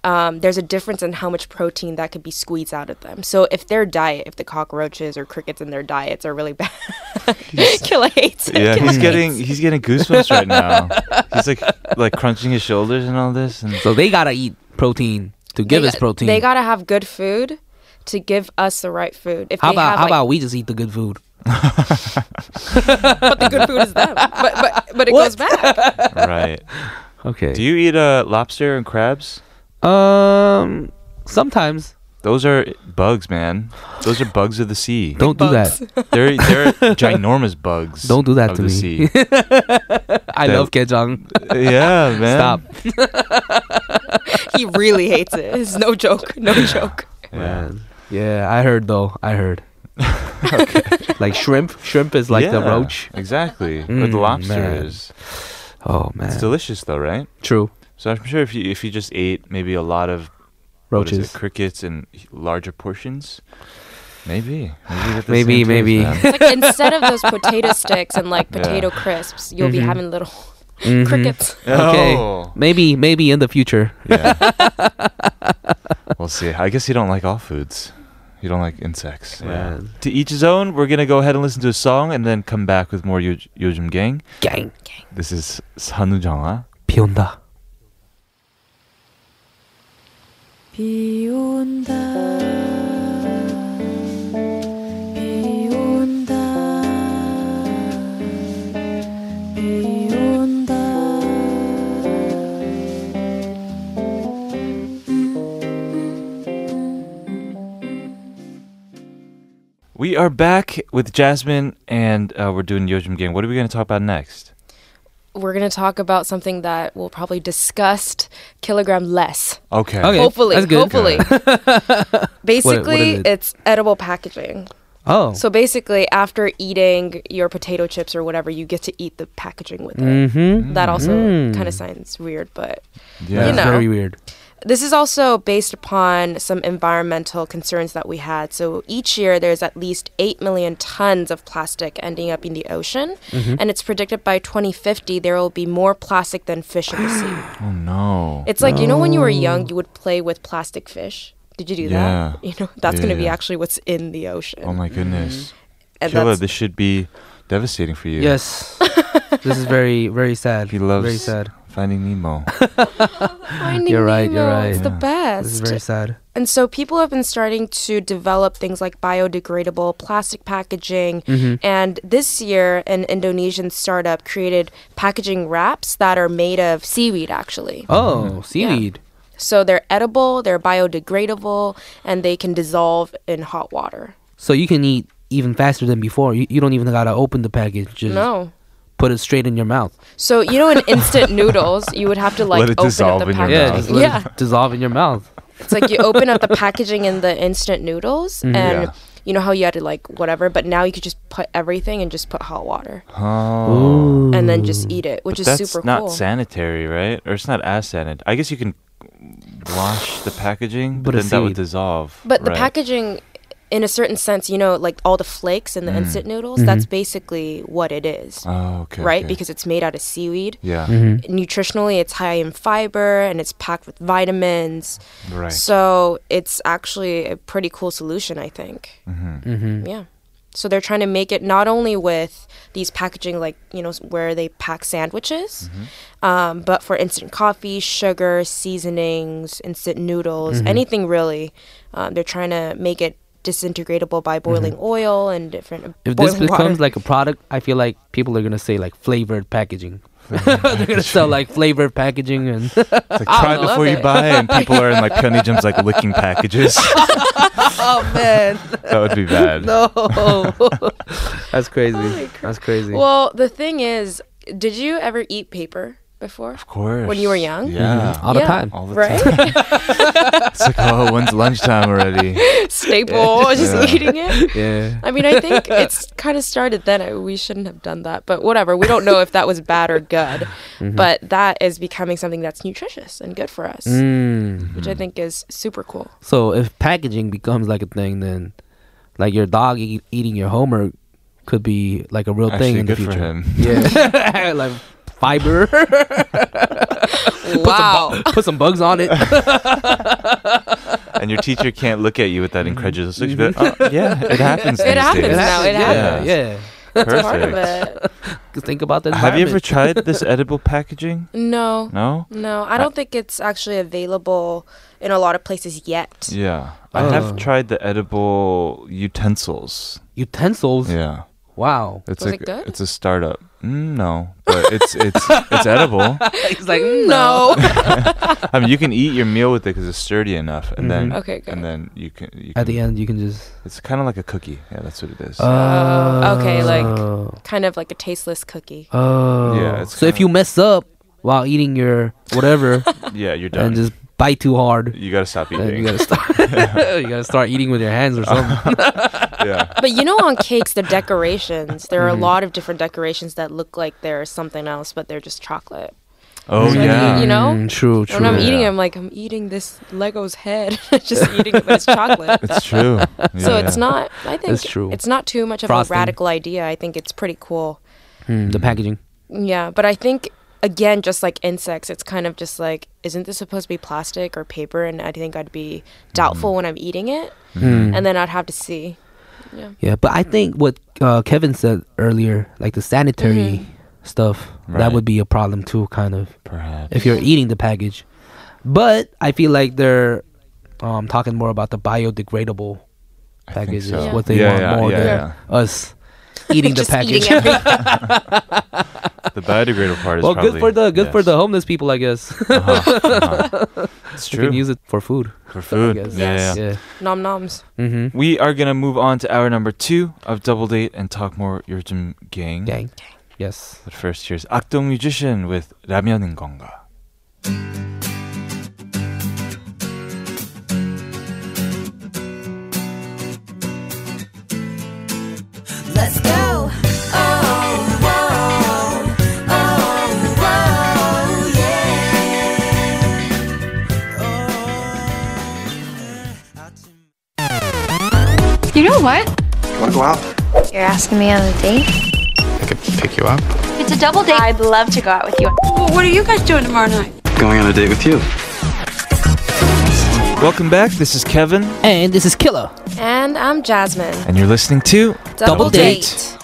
[SPEAKER 8] um, there's a difference in how much protein that could be squeezed out of them. So if their diet, if the cockroaches or crickets in their diets are really bad, Killa hates it.
[SPEAKER 3] Yeah,
[SPEAKER 8] Killa
[SPEAKER 3] he's
[SPEAKER 8] hates
[SPEAKER 3] getting
[SPEAKER 8] it.
[SPEAKER 3] he's getting goosebumps right now. He's like like crunching his shoulders and all this, and
[SPEAKER 2] so they gotta eat protein to give
[SPEAKER 8] They
[SPEAKER 2] us
[SPEAKER 8] got-
[SPEAKER 2] protein.
[SPEAKER 8] They gotta have good food to give us the right food. If
[SPEAKER 2] how
[SPEAKER 8] they
[SPEAKER 2] about
[SPEAKER 8] have,
[SPEAKER 2] how about
[SPEAKER 8] like-
[SPEAKER 2] we just eat the good food?
[SPEAKER 8] but the good food is them? But but but it goes back.
[SPEAKER 3] right.
[SPEAKER 2] Okay.
[SPEAKER 3] Do you eat uh, lobster and crabs?
[SPEAKER 2] um, sometimes
[SPEAKER 3] Those are bugs, man. Those are bugs of the sea.
[SPEAKER 2] don't do that.
[SPEAKER 3] They're they're ginormous bugs.
[SPEAKER 2] Don't do that
[SPEAKER 3] of
[SPEAKER 2] to
[SPEAKER 3] the
[SPEAKER 2] me.
[SPEAKER 3] sea.
[SPEAKER 2] I
[SPEAKER 3] That-
[SPEAKER 2] love kejang.
[SPEAKER 3] yeah, man.
[SPEAKER 2] Stop.
[SPEAKER 8] He really hates it. It's no joke. No joke.
[SPEAKER 3] Yeah.
[SPEAKER 2] Yeah, I heard though. I heard. like shrimp. Shrimp is like the
[SPEAKER 3] Yeah,
[SPEAKER 2] roach.
[SPEAKER 3] Exactly. Or the
[SPEAKER 2] Mm,
[SPEAKER 3] lobster
[SPEAKER 2] man.
[SPEAKER 3] is.
[SPEAKER 2] Oh
[SPEAKER 3] It's
[SPEAKER 2] man.
[SPEAKER 3] delicious though, right?
[SPEAKER 2] True.
[SPEAKER 3] So I'm sure if you if you just ate maybe a lot of what
[SPEAKER 2] Roaches.
[SPEAKER 3] is it, crickets in larger portions, maybe maybe you get the
[SPEAKER 2] Maybe,
[SPEAKER 3] same taste,
[SPEAKER 2] maybe.
[SPEAKER 3] man.
[SPEAKER 8] It's like instead of those potato sticks and like
[SPEAKER 3] Yeah.
[SPEAKER 8] potato crisps, you'll be
[SPEAKER 2] Mhm.
[SPEAKER 8] having little
[SPEAKER 2] Mhm.
[SPEAKER 8] crickets.
[SPEAKER 2] Okay.
[SPEAKER 3] Oh.
[SPEAKER 2] Maybe maybe in the future.
[SPEAKER 3] Yeah. we'll see. I guess you don't like all foods. You don't like insects. Yeah.
[SPEAKER 2] Man.
[SPEAKER 3] To each his own. We're gonna go ahead and listen to a song, and then come back with more Yo- Yojum Gang.
[SPEAKER 2] Gang.
[SPEAKER 3] This is 산우정아.
[SPEAKER 2] 비 온다.
[SPEAKER 1] 비 온다 비 온다 비 온다
[SPEAKER 3] We are back with Jasmine, and uh, we're doing Yojum Gang. What are we gonna talk about next?
[SPEAKER 8] We're gonna talk about something that will probably disgust kilogram less.
[SPEAKER 3] Okay.
[SPEAKER 2] Okay.
[SPEAKER 8] hopefully,
[SPEAKER 2] that's good.
[SPEAKER 8] hopefully. basically,
[SPEAKER 2] it?
[SPEAKER 8] it's edible packaging.
[SPEAKER 2] Oh.
[SPEAKER 8] So basically, after eating your potato chips or whatever, you get to eat the packaging with it.
[SPEAKER 2] mm-hmm.
[SPEAKER 8] That also
[SPEAKER 2] Mm.
[SPEAKER 8] kind of sounds weird, but
[SPEAKER 3] Yeah.
[SPEAKER 8] You know.
[SPEAKER 2] very weird.
[SPEAKER 8] This is also based upon some environmental concerns that we had. So each year, there's at least 8 million tons of plastic ending up in the ocean.
[SPEAKER 2] Mm-hmm.
[SPEAKER 8] And it's predicted by 2050, there will be more plastic than fish in the sea.
[SPEAKER 3] Oh no.
[SPEAKER 8] It's like, you know, when you were young, you would play with plastic fish. Did you do
[SPEAKER 3] Yeah.
[SPEAKER 8] that? You know, that's
[SPEAKER 3] Yeah,
[SPEAKER 8] going to be
[SPEAKER 3] yeah.
[SPEAKER 8] actually what's in the ocean.
[SPEAKER 3] oh my goodness.
[SPEAKER 2] Mm-hmm.
[SPEAKER 8] and
[SPEAKER 3] Killa,
[SPEAKER 8] that's,
[SPEAKER 3] this should be devastating for you.
[SPEAKER 2] Yes. this is very very sad.
[SPEAKER 3] He loves-
[SPEAKER 2] Very sad.
[SPEAKER 3] Finding Nemo.
[SPEAKER 8] Finding
[SPEAKER 2] You're right, you're
[SPEAKER 8] Nemo,
[SPEAKER 2] right.
[SPEAKER 8] It's the
[SPEAKER 3] Yeah.
[SPEAKER 8] best.
[SPEAKER 2] This is very sad.
[SPEAKER 8] And so people have been starting to develop things like biodegradable plastic packaging.
[SPEAKER 3] Mm-hmm.
[SPEAKER 8] And this year, an Indonesian startup created packaging wraps that are made of seaweed, actually.
[SPEAKER 2] Oh, seaweed.
[SPEAKER 8] So they're edible, they're biodegradable, and they can dissolve in hot water.
[SPEAKER 2] So you can eat even faster than before. You, you don't even gotta open the package.
[SPEAKER 3] Mm.
[SPEAKER 2] Just
[SPEAKER 8] No.
[SPEAKER 2] put it straight in your mouth.
[SPEAKER 8] So you know, in instant noodles, you would have to like
[SPEAKER 3] Let it
[SPEAKER 8] open
[SPEAKER 3] dissolve
[SPEAKER 8] up the
[SPEAKER 3] in your
[SPEAKER 2] Yeah,
[SPEAKER 8] packaging.
[SPEAKER 3] mouth.
[SPEAKER 2] just let
[SPEAKER 8] yeah.
[SPEAKER 2] it dissolve in your mouth.
[SPEAKER 8] it's like you open up the packaging in the instant noodles, and
[SPEAKER 3] Mm-hmm. Yeah.
[SPEAKER 8] you know how you had to like whatever, but now you could just put everything and just put hot water
[SPEAKER 3] Oh.
[SPEAKER 8] and then just eat it, which
[SPEAKER 3] But
[SPEAKER 8] is
[SPEAKER 3] that's
[SPEAKER 8] super
[SPEAKER 3] not
[SPEAKER 8] cool.
[SPEAKER 3] sanitary, right? Or it's not as sanitary. I guess you can wash the packaging, but
[SPEAKER 2] But
[SPEAKER 3] then that would
[SPEAKER 2] seed.
[SPEAKER 3] dissolve.
[SPEAKER 8] But the
[SPEAKER 3] right?
[SPEAKER 8] packaging, in a certain sense, you know, like all the flakes and the instant noodles,
[SPEAKER 3] Mm-hmm.
[SPEAKER 8] that's basically what it is,
[SPEAKER 3] Oh, Mm. okay.
[SPEAKER 8] right?
[SPEAKER 3] okay. Mm-hmm.
[SPEAKER 8] Because it's made out of seaweed.
[SPEAKER 3] yeah,
[SPEAKER 2] Mm-hmm.
[SPEAKER 8] Nutritionally, it's high in fiber and it's packed with vitamins.
[SPEAKER 3] right.
[SPEAKER 8] So it's actually a pretty cool solution, I think. Mm-hmm. Yeah. So they're trying to make it not only with these packaging, like, you know, s- where they pack sandwiches,
[SPEAKER 3] Mm-hmm.
[SPEAKER 8] um, but for instant coffee, sugar, seasonings, instant noodles, anything really. Um, they're trying to make it disintegratable by boiling oil and different.
[SPEAKER 2] If this
[SPEAKER 8] boiling
[SPEAKER 2] becomes
[SPEAKER 8] water.
[SPEAKER 2] like a product, I feel like people are gonna say like flavored packaging. They're gonna sell like flavored packaging and
[SPEAKER 3] It's like try
[SPEAKER 8] love
[SPEAKER 3] before you
[SPEAKER 8] it.
[SPEAKER 3] buy, and people are in like Pyongyang's like licking packages.
[SPEAKER 2] oh man,
[SPEAKER 3] that would be bad.
[SPEAKER 2] no, that's crazy. that's crazy.
[SPEAKER 8] Well, the thing is, did you ever eat paper before?
[SPEAKER 3] Of course.
[SPEAKER 8] When you were young?
[SPEAKER 3] Yeah.
[SPEAKER 2] Mm-hmm. all the
[SPEAKER 8] Yeah.
[SPEAKER 2] Mm, time.
[SPEAKER 3] All the
[SPEAKER 8] Right?
[SPEAKER 3] time. it's like, oh, when's lunchtime already?
[SPEAKER 8] Staple, just
[SPEAKER 3] Yeah.
[SPEAKER 8] eating it.
[SPEAKER 2] Yeah.
[SPEAKER 8] I mean, I think it's kind of started then. I- We shouldn't have done that, but whatever. We don't know if that was bad or good, but that is becoming something that's nutritious and good for us,
[SPEAKER 2] Mm.
[SPEAKER 8] which I think is super cool.
[SPEAKER 2] So if packaging becomes like a thing, then like your dog eat, eating your homework could be like a real
[SPEAKER 3] Actually,
[SPEAKER 2] thing in
[SPEAKER 3] good
[SPEAKER 2] the
[SPEAKER 3] for
[SPEAKER 2] future.
[SPEAKER 3] him.
[SPEAKER 2] Yeah, like fiber.
[SPEAKER 8] Wow.
[SPEAKER 2] Put some bugs on it.
[SPEAKER 3] And your teacher can't look at you with that incredulous look. She'll be like, "Oh, yeah, it happens.
[SPEAKER 8] It
[SPEAKER 3] these
[SPEAKER 8] happens
[SPEAKER 3] days."
[SPEAKER 8] now, it
[SPEAKER 2] yeah,
[SPEAKER 3] happens.
[SPEAKER 2] yeah.
[SPEAKER 8] That's part of it.
[SPEAKER 2] Just think about that.
[SPEAKER 3] Have you ever tried this edible packaging?
[SPEAKER 8] No,
[SPEAKER 3] No.
[SPEAKER 8] no, I don't think it's actually available in a lot of places yet.
[SPEAKER 3] Yeah, I
[SPEAKER 2] Oh.
[SPEAKER 3] have tried the edible utensils.
[SPEAKER 2] utensils?
[SPEAKER 3] Yeah,
[SPEAKER 2] Wow.
[SPEAKER 3] it's
[SPEAKER 8] Was
[SPEAKER 3] like
[SPEAKER 8] it good?
[SPEAKER 3] it's a startup. Mm, no, but it's it's it's edible.
[SPEAKER 2] He's like, mm.
[SPEAKER 8] No.
[SPEAKER 3] I mean, you can eat your meal with it because it's sturdy enough, and then
[SPEAKER 2] Mhm.
[SPEAKER 8] Okay, good.
[SPEAKER 3] and then you can, you
[SPEAKER 2] At the end,
[SPEAKER 3] can-
[SPEAKER 2] you can just.
[SPEAKER 3] It's kind of like a cookie. Yeah, that's what it is.
[SPEAKER 8] Oh, okay, like-
[SPEAKER 2] Oh.
[SPEAKER 8] kind of like a tasteless cookie.
[SPEAKER 2] Oh.
[SPEAKER 3] Yeah, it's
[SPEAKER 2] so if
[SPEAKER 3] kinda-
[SPEAKER 2] you mess up while eating your whatever
[SPEAKER 3] yeah, you're done.
[SPEAKER 2] and just bite too hard,
[SPEAKER 3] you gotta stop
[SPEAKER 2] then you
[SPEAKER 3] eating.
[SPEAKER 2] gotta start. you gotta start eating with your hands or
[SPEAKER 3] Oh,
[SPEAKER 2] something.
[SPEAKER 3] yeah,
[SPEAKER 8] But you know, on cakes, the decorations, there are a lot of different decorations that look like they're something else, but they're just chocolate.
[SPEAKER 3] oh
[SPEAKER 8] So you-
[SPEAKER 3] yeah.
[SPEAKER 8] you know?
[SPEAKER 2] Mm, true, true.
[SPEAKER 8] When I'm eating it,
[SPEAKER 3] Yeah.
[SPEAKER 8] I'm like, I'm eating this Lego's head. just eating it, but it's chocolate.
[SPEAKER 3] It's true.
[SPEAKER 8] so
[SPEAKER 3] Yeah.
[SPEAKER 8] it's not, I think,
[SPEAKER 2] That's true.
[SPEAKER 8] it's not too much of
[SPEAKER 2] Frosting.
[SPEAKER 8] a radical idea. I think it's pretty cool.
[SPEAKER 2] Mm, the packaging.
[SPEAKER 8] Yeah, but I think, again, just like insects, it's kind of just like, isn't this supposed to be plastic or paper? And I think I'd be doubtful when I'm eating it.
[SPEAKER 3] Mm-hmm.
[SPEAKER 8] And then I'd have to see.
[SPEAKER 2] Mm. Yeah, but I think what uh, Kevin said earlier, like the sanitary
[SPEAKER 8] Mm-hmm.
[SPEAKER 2] stuff,
[SPEAKER 3] Right.
[SPEAKER 2] that would be a problem too, kind of,
[SPEAKER 3] Perhaps.
[SPEAKER 2] if you're eating the package. But I feel like they're um, talking more about the biodegradable
[SPEAKER 3] I think
[SPEAKER 2] packages,
[SPEAKER 3] so.
[SPEAKER 2] what they
[SPEAKER 3] Yeah,
[SPEAKER 2] want
[SPEAKER 3] yeah,
[SPEAKER 2] more
[SPEAKER 3] yeah,
[SPEAKER 2] than
[SPEAKER 3] yeah.
[SPEAKER 2] us eating the
[SPEAKER 8] Just
[SPEAKER 2] package.
[SPEAKER 8] eating everything.
[SPEAKER 3] The biodegradable part is
[SPEAKER 2] well, good
[SPEAKER 3] probably-
[SPEAKER 2] for the good for
[SPEAKER 3] yes.
[SPEAKER 2] the homeless people, I guess.
[SPEAKER 3] Uh-huh, uh-huh. It's
[SPEAKER 2] you
[SPEAKER 3] true
[SPEAKER 2] can use it for food.
[SPEAKER 3] for food.
[SPEAKER 2] guess.
[SPEAKER 3] Yeah, yeah.
[SPEAKER 2] Yeah.
[SPEAKER 8] nom noms.
[SPEAKER 2] Mm-hmm.
[SPEAKER 3] We are gonna move on to hour number two of Double Date and talk more Yurjum Gang.
[SPEAKER 2] Gang. Yes.
[SPEAKER 3] But first, here's Akdong Musician with 라면인 건가.
[SPEAKER 5] Let's go. Oh, whoa, oh, whoa, yeah.
[SPEAKER 7] You know what?
[SPEAKER 9] Want to go out?
[SPEAKER 7] You're asking me on a date?
[SPEAKER 9] I could pick you up.
[SPEAKER 7] It's a double date. I'd love to go out with you.
[SPEAKER 10] What are you guys doing tomorrow night?
[SPEAKER 9] Going on a date with you.
[SPEAKER 3] Welcome back. This is Kevin,
[SPEAKER 2] And this is Killer.
[SPEAKER 8] And I'm Jasmine.
[SPEAKER 3] and you're listening to
[SPEAKER 2] Double date.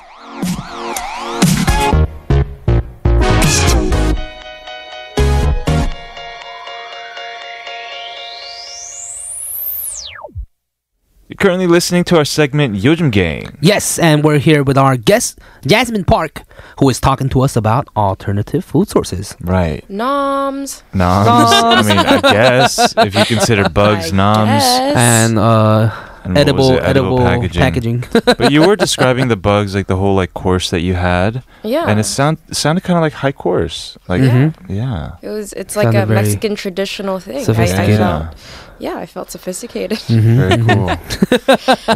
[SPEAKER 3] You're currently listening to our segment Yojum Gang.
[SPEAKER 2] Yes, and we're here with our guest, Jasmine Park, who is talking to us about alternative food sources.
[SPEAKER 3] Right.
[SPEAKER 8] Noms.
[SPEAKER 3] Noms. I mean, I guess if you consider bugs,
[SPEAKER 8] I
[SPEAKER 3] noms,
[SPEAKER 8] guess.
[SPEAKER 2] And uh,
[SPEAKER 3] And what was
[SPEAKER 2] Edible-
[SPEAKER 3] it?
[SPEAKER 2] edible packaging.
[SPEAKER 3] but you were describing the bugs, like the whole like course that you had.
[SPEAKER 8] Yeah.
[SPEAKER 3] And it sound it sounded kind of like high course. Like
[SPEAKER 8] Mhm.
[SPEAKER 3] yeah.
[SPEAKER 8] It was. It's like
[SPEAKER 3] Sounded
[SPEAKER 8] a
[SPEAKER 3] very
[SPEAKER 8] Mexican traditional thing. I, I
[SPEAKER 3] sophisticated.
[SPEAKER 8] felt, yeah, I felt sophisticated.
[SPEAKER 2] Mm-hmm.
[SPEAKER 3] Very cool.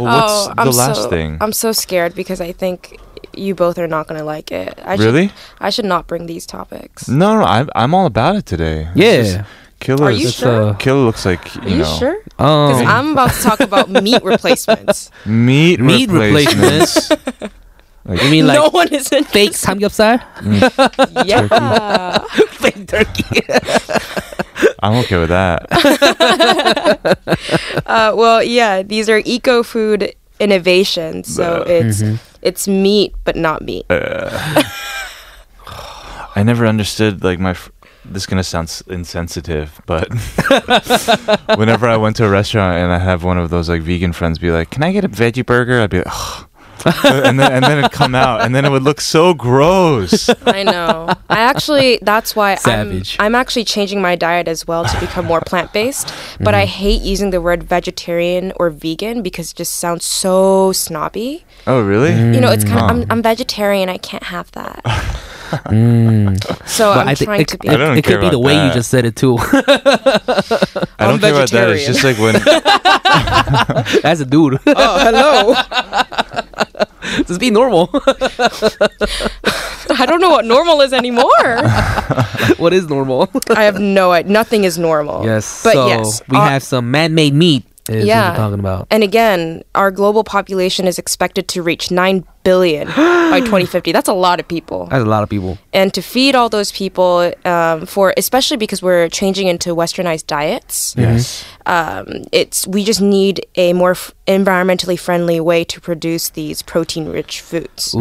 [SPEAKER 3] well, what's
[SPEAKER 8] oh,
[SPEAKER 3] the
[SPEAKER 8] I'm
[SPEAKER 3] last
[SPEAKER 8] so,
[SPEAKER 3] thing?
[SPEAKER 8] I'm so scared because I think you both are not gonna like it. I
[SPEAKER 3] Really?
[SPEAKER 8] Should, I should not bring these topics.
[SPEAKER 3] No, no, I'm I'm all about it today.
[SPEAKER 2] Yeah.
[SPEAKER 3] This is- Killer,
[SPEAKER 8] Are you
[SPEAKER 3] is-
[SPEAKER 8] sure?
[SPEAKER 3] Killer looks like you
[SPEAKER 8] Are you
[SPEAKER 3] know.
[SPEAKER 8] sure? Because
[SPEAKER 2] Um,
[SPEAKER 8] I'm about to talk about meat replacements.
[SPEAKER 3] meat
[SPEAKER 2] Meat
[SPEAKER 3] replacements.
[SPEAKER 2] You mean like
[SPEAKER 8] no one is in
[SPEAKER 2] fake samgyeopsal?
[SPEAKER 8] Yeah.
[SPEAKER 2] fake turkey.
[SPEAKER 3] I'm okay with that.
[SPEAKER 8] uh, well, yeah, these are eco food innovations. So
[SPEAKER 3] Bleh.
[SPEAKER 8] it's
[SPEAKER 3] Mhm.
[SPEAKER 8] it's meat, but not meat.
[SPEAKER 3] Uh, I never understood like my. Fr- this is gonna sound s- insensitive, but whenever I went to a restaurant and I have one of those like vegan friends be like, "Can I get a veggie burger?" I'd be like, "Ugh." and then and then it'd come out, and then it would look so gross.
[SPEAKER 8] I know. I actually that's why
[SPEAKER 3] Savage.
[SPEAKER 8] I'm I'm actually changing my diet as well to become more plant-based, but I
[SPEAKER 2] Mm-hmm.
[SPEAKER 8] hate using the word vegetarian or vegan because it just sounds so snobby.
[SPEAKER 3] Oh, really?
[SPEAKER 8] You know,
[SPEAKER 2] Mm,
[SPEAKER 8] it's kind
[SPEAKER 3] Huh.
[SPEAKER 8] of I'm, I'm vegetarian, I can't have that. So
[SPEAKER 2] Mm. But I
[SPEAKER 8] I'm
[SPEAKER 2] think
[SPEAKER 8] trying
[SPEAKER 2] it,
[SPEAKER 8] to be
[SPEAKER 2] it- it could be the way you just said it too.
[SPEAKER 3] I don't care about that. It's just like when
[SPEAKER 2] That's a dude.
[SPEAKER 8] Oh, hello.
[SPEAKER 2] just be normal.
[SPEAKER 8] I don't know what normal is anymore. I
[SPEAKER 2] what is normal?
[SPEAKER 8] have no idea. Nothing is normal.
[SPEAKER 2] Yes.
[SPEAKER 8] But
[SPEAKER 2] so
[SPEAKER 8] yes.
[SPEAKER 2] we
[SPEAKER 8] uh,
[SPEAKER 2] have some man-made meat. Is what
[SPEAKER 8] Yeah.
[SPEAKER 2] we're talking about.
[SPEAKER 8] And again, our global population is expected to reach 9 billion by 2050. That's a lot of people.
[SPEAKER 2] That's a lot of people.
[SPEAKER 8] and to feed all those people um, for especially because we're changing into westernized diets
[SPEAKER 3] Yes.
[SPEAKER 2] Mm-hmm.
[SPEAKER 8] um, it's we just need a more f- environmentally friendly way to produce these protein rich foods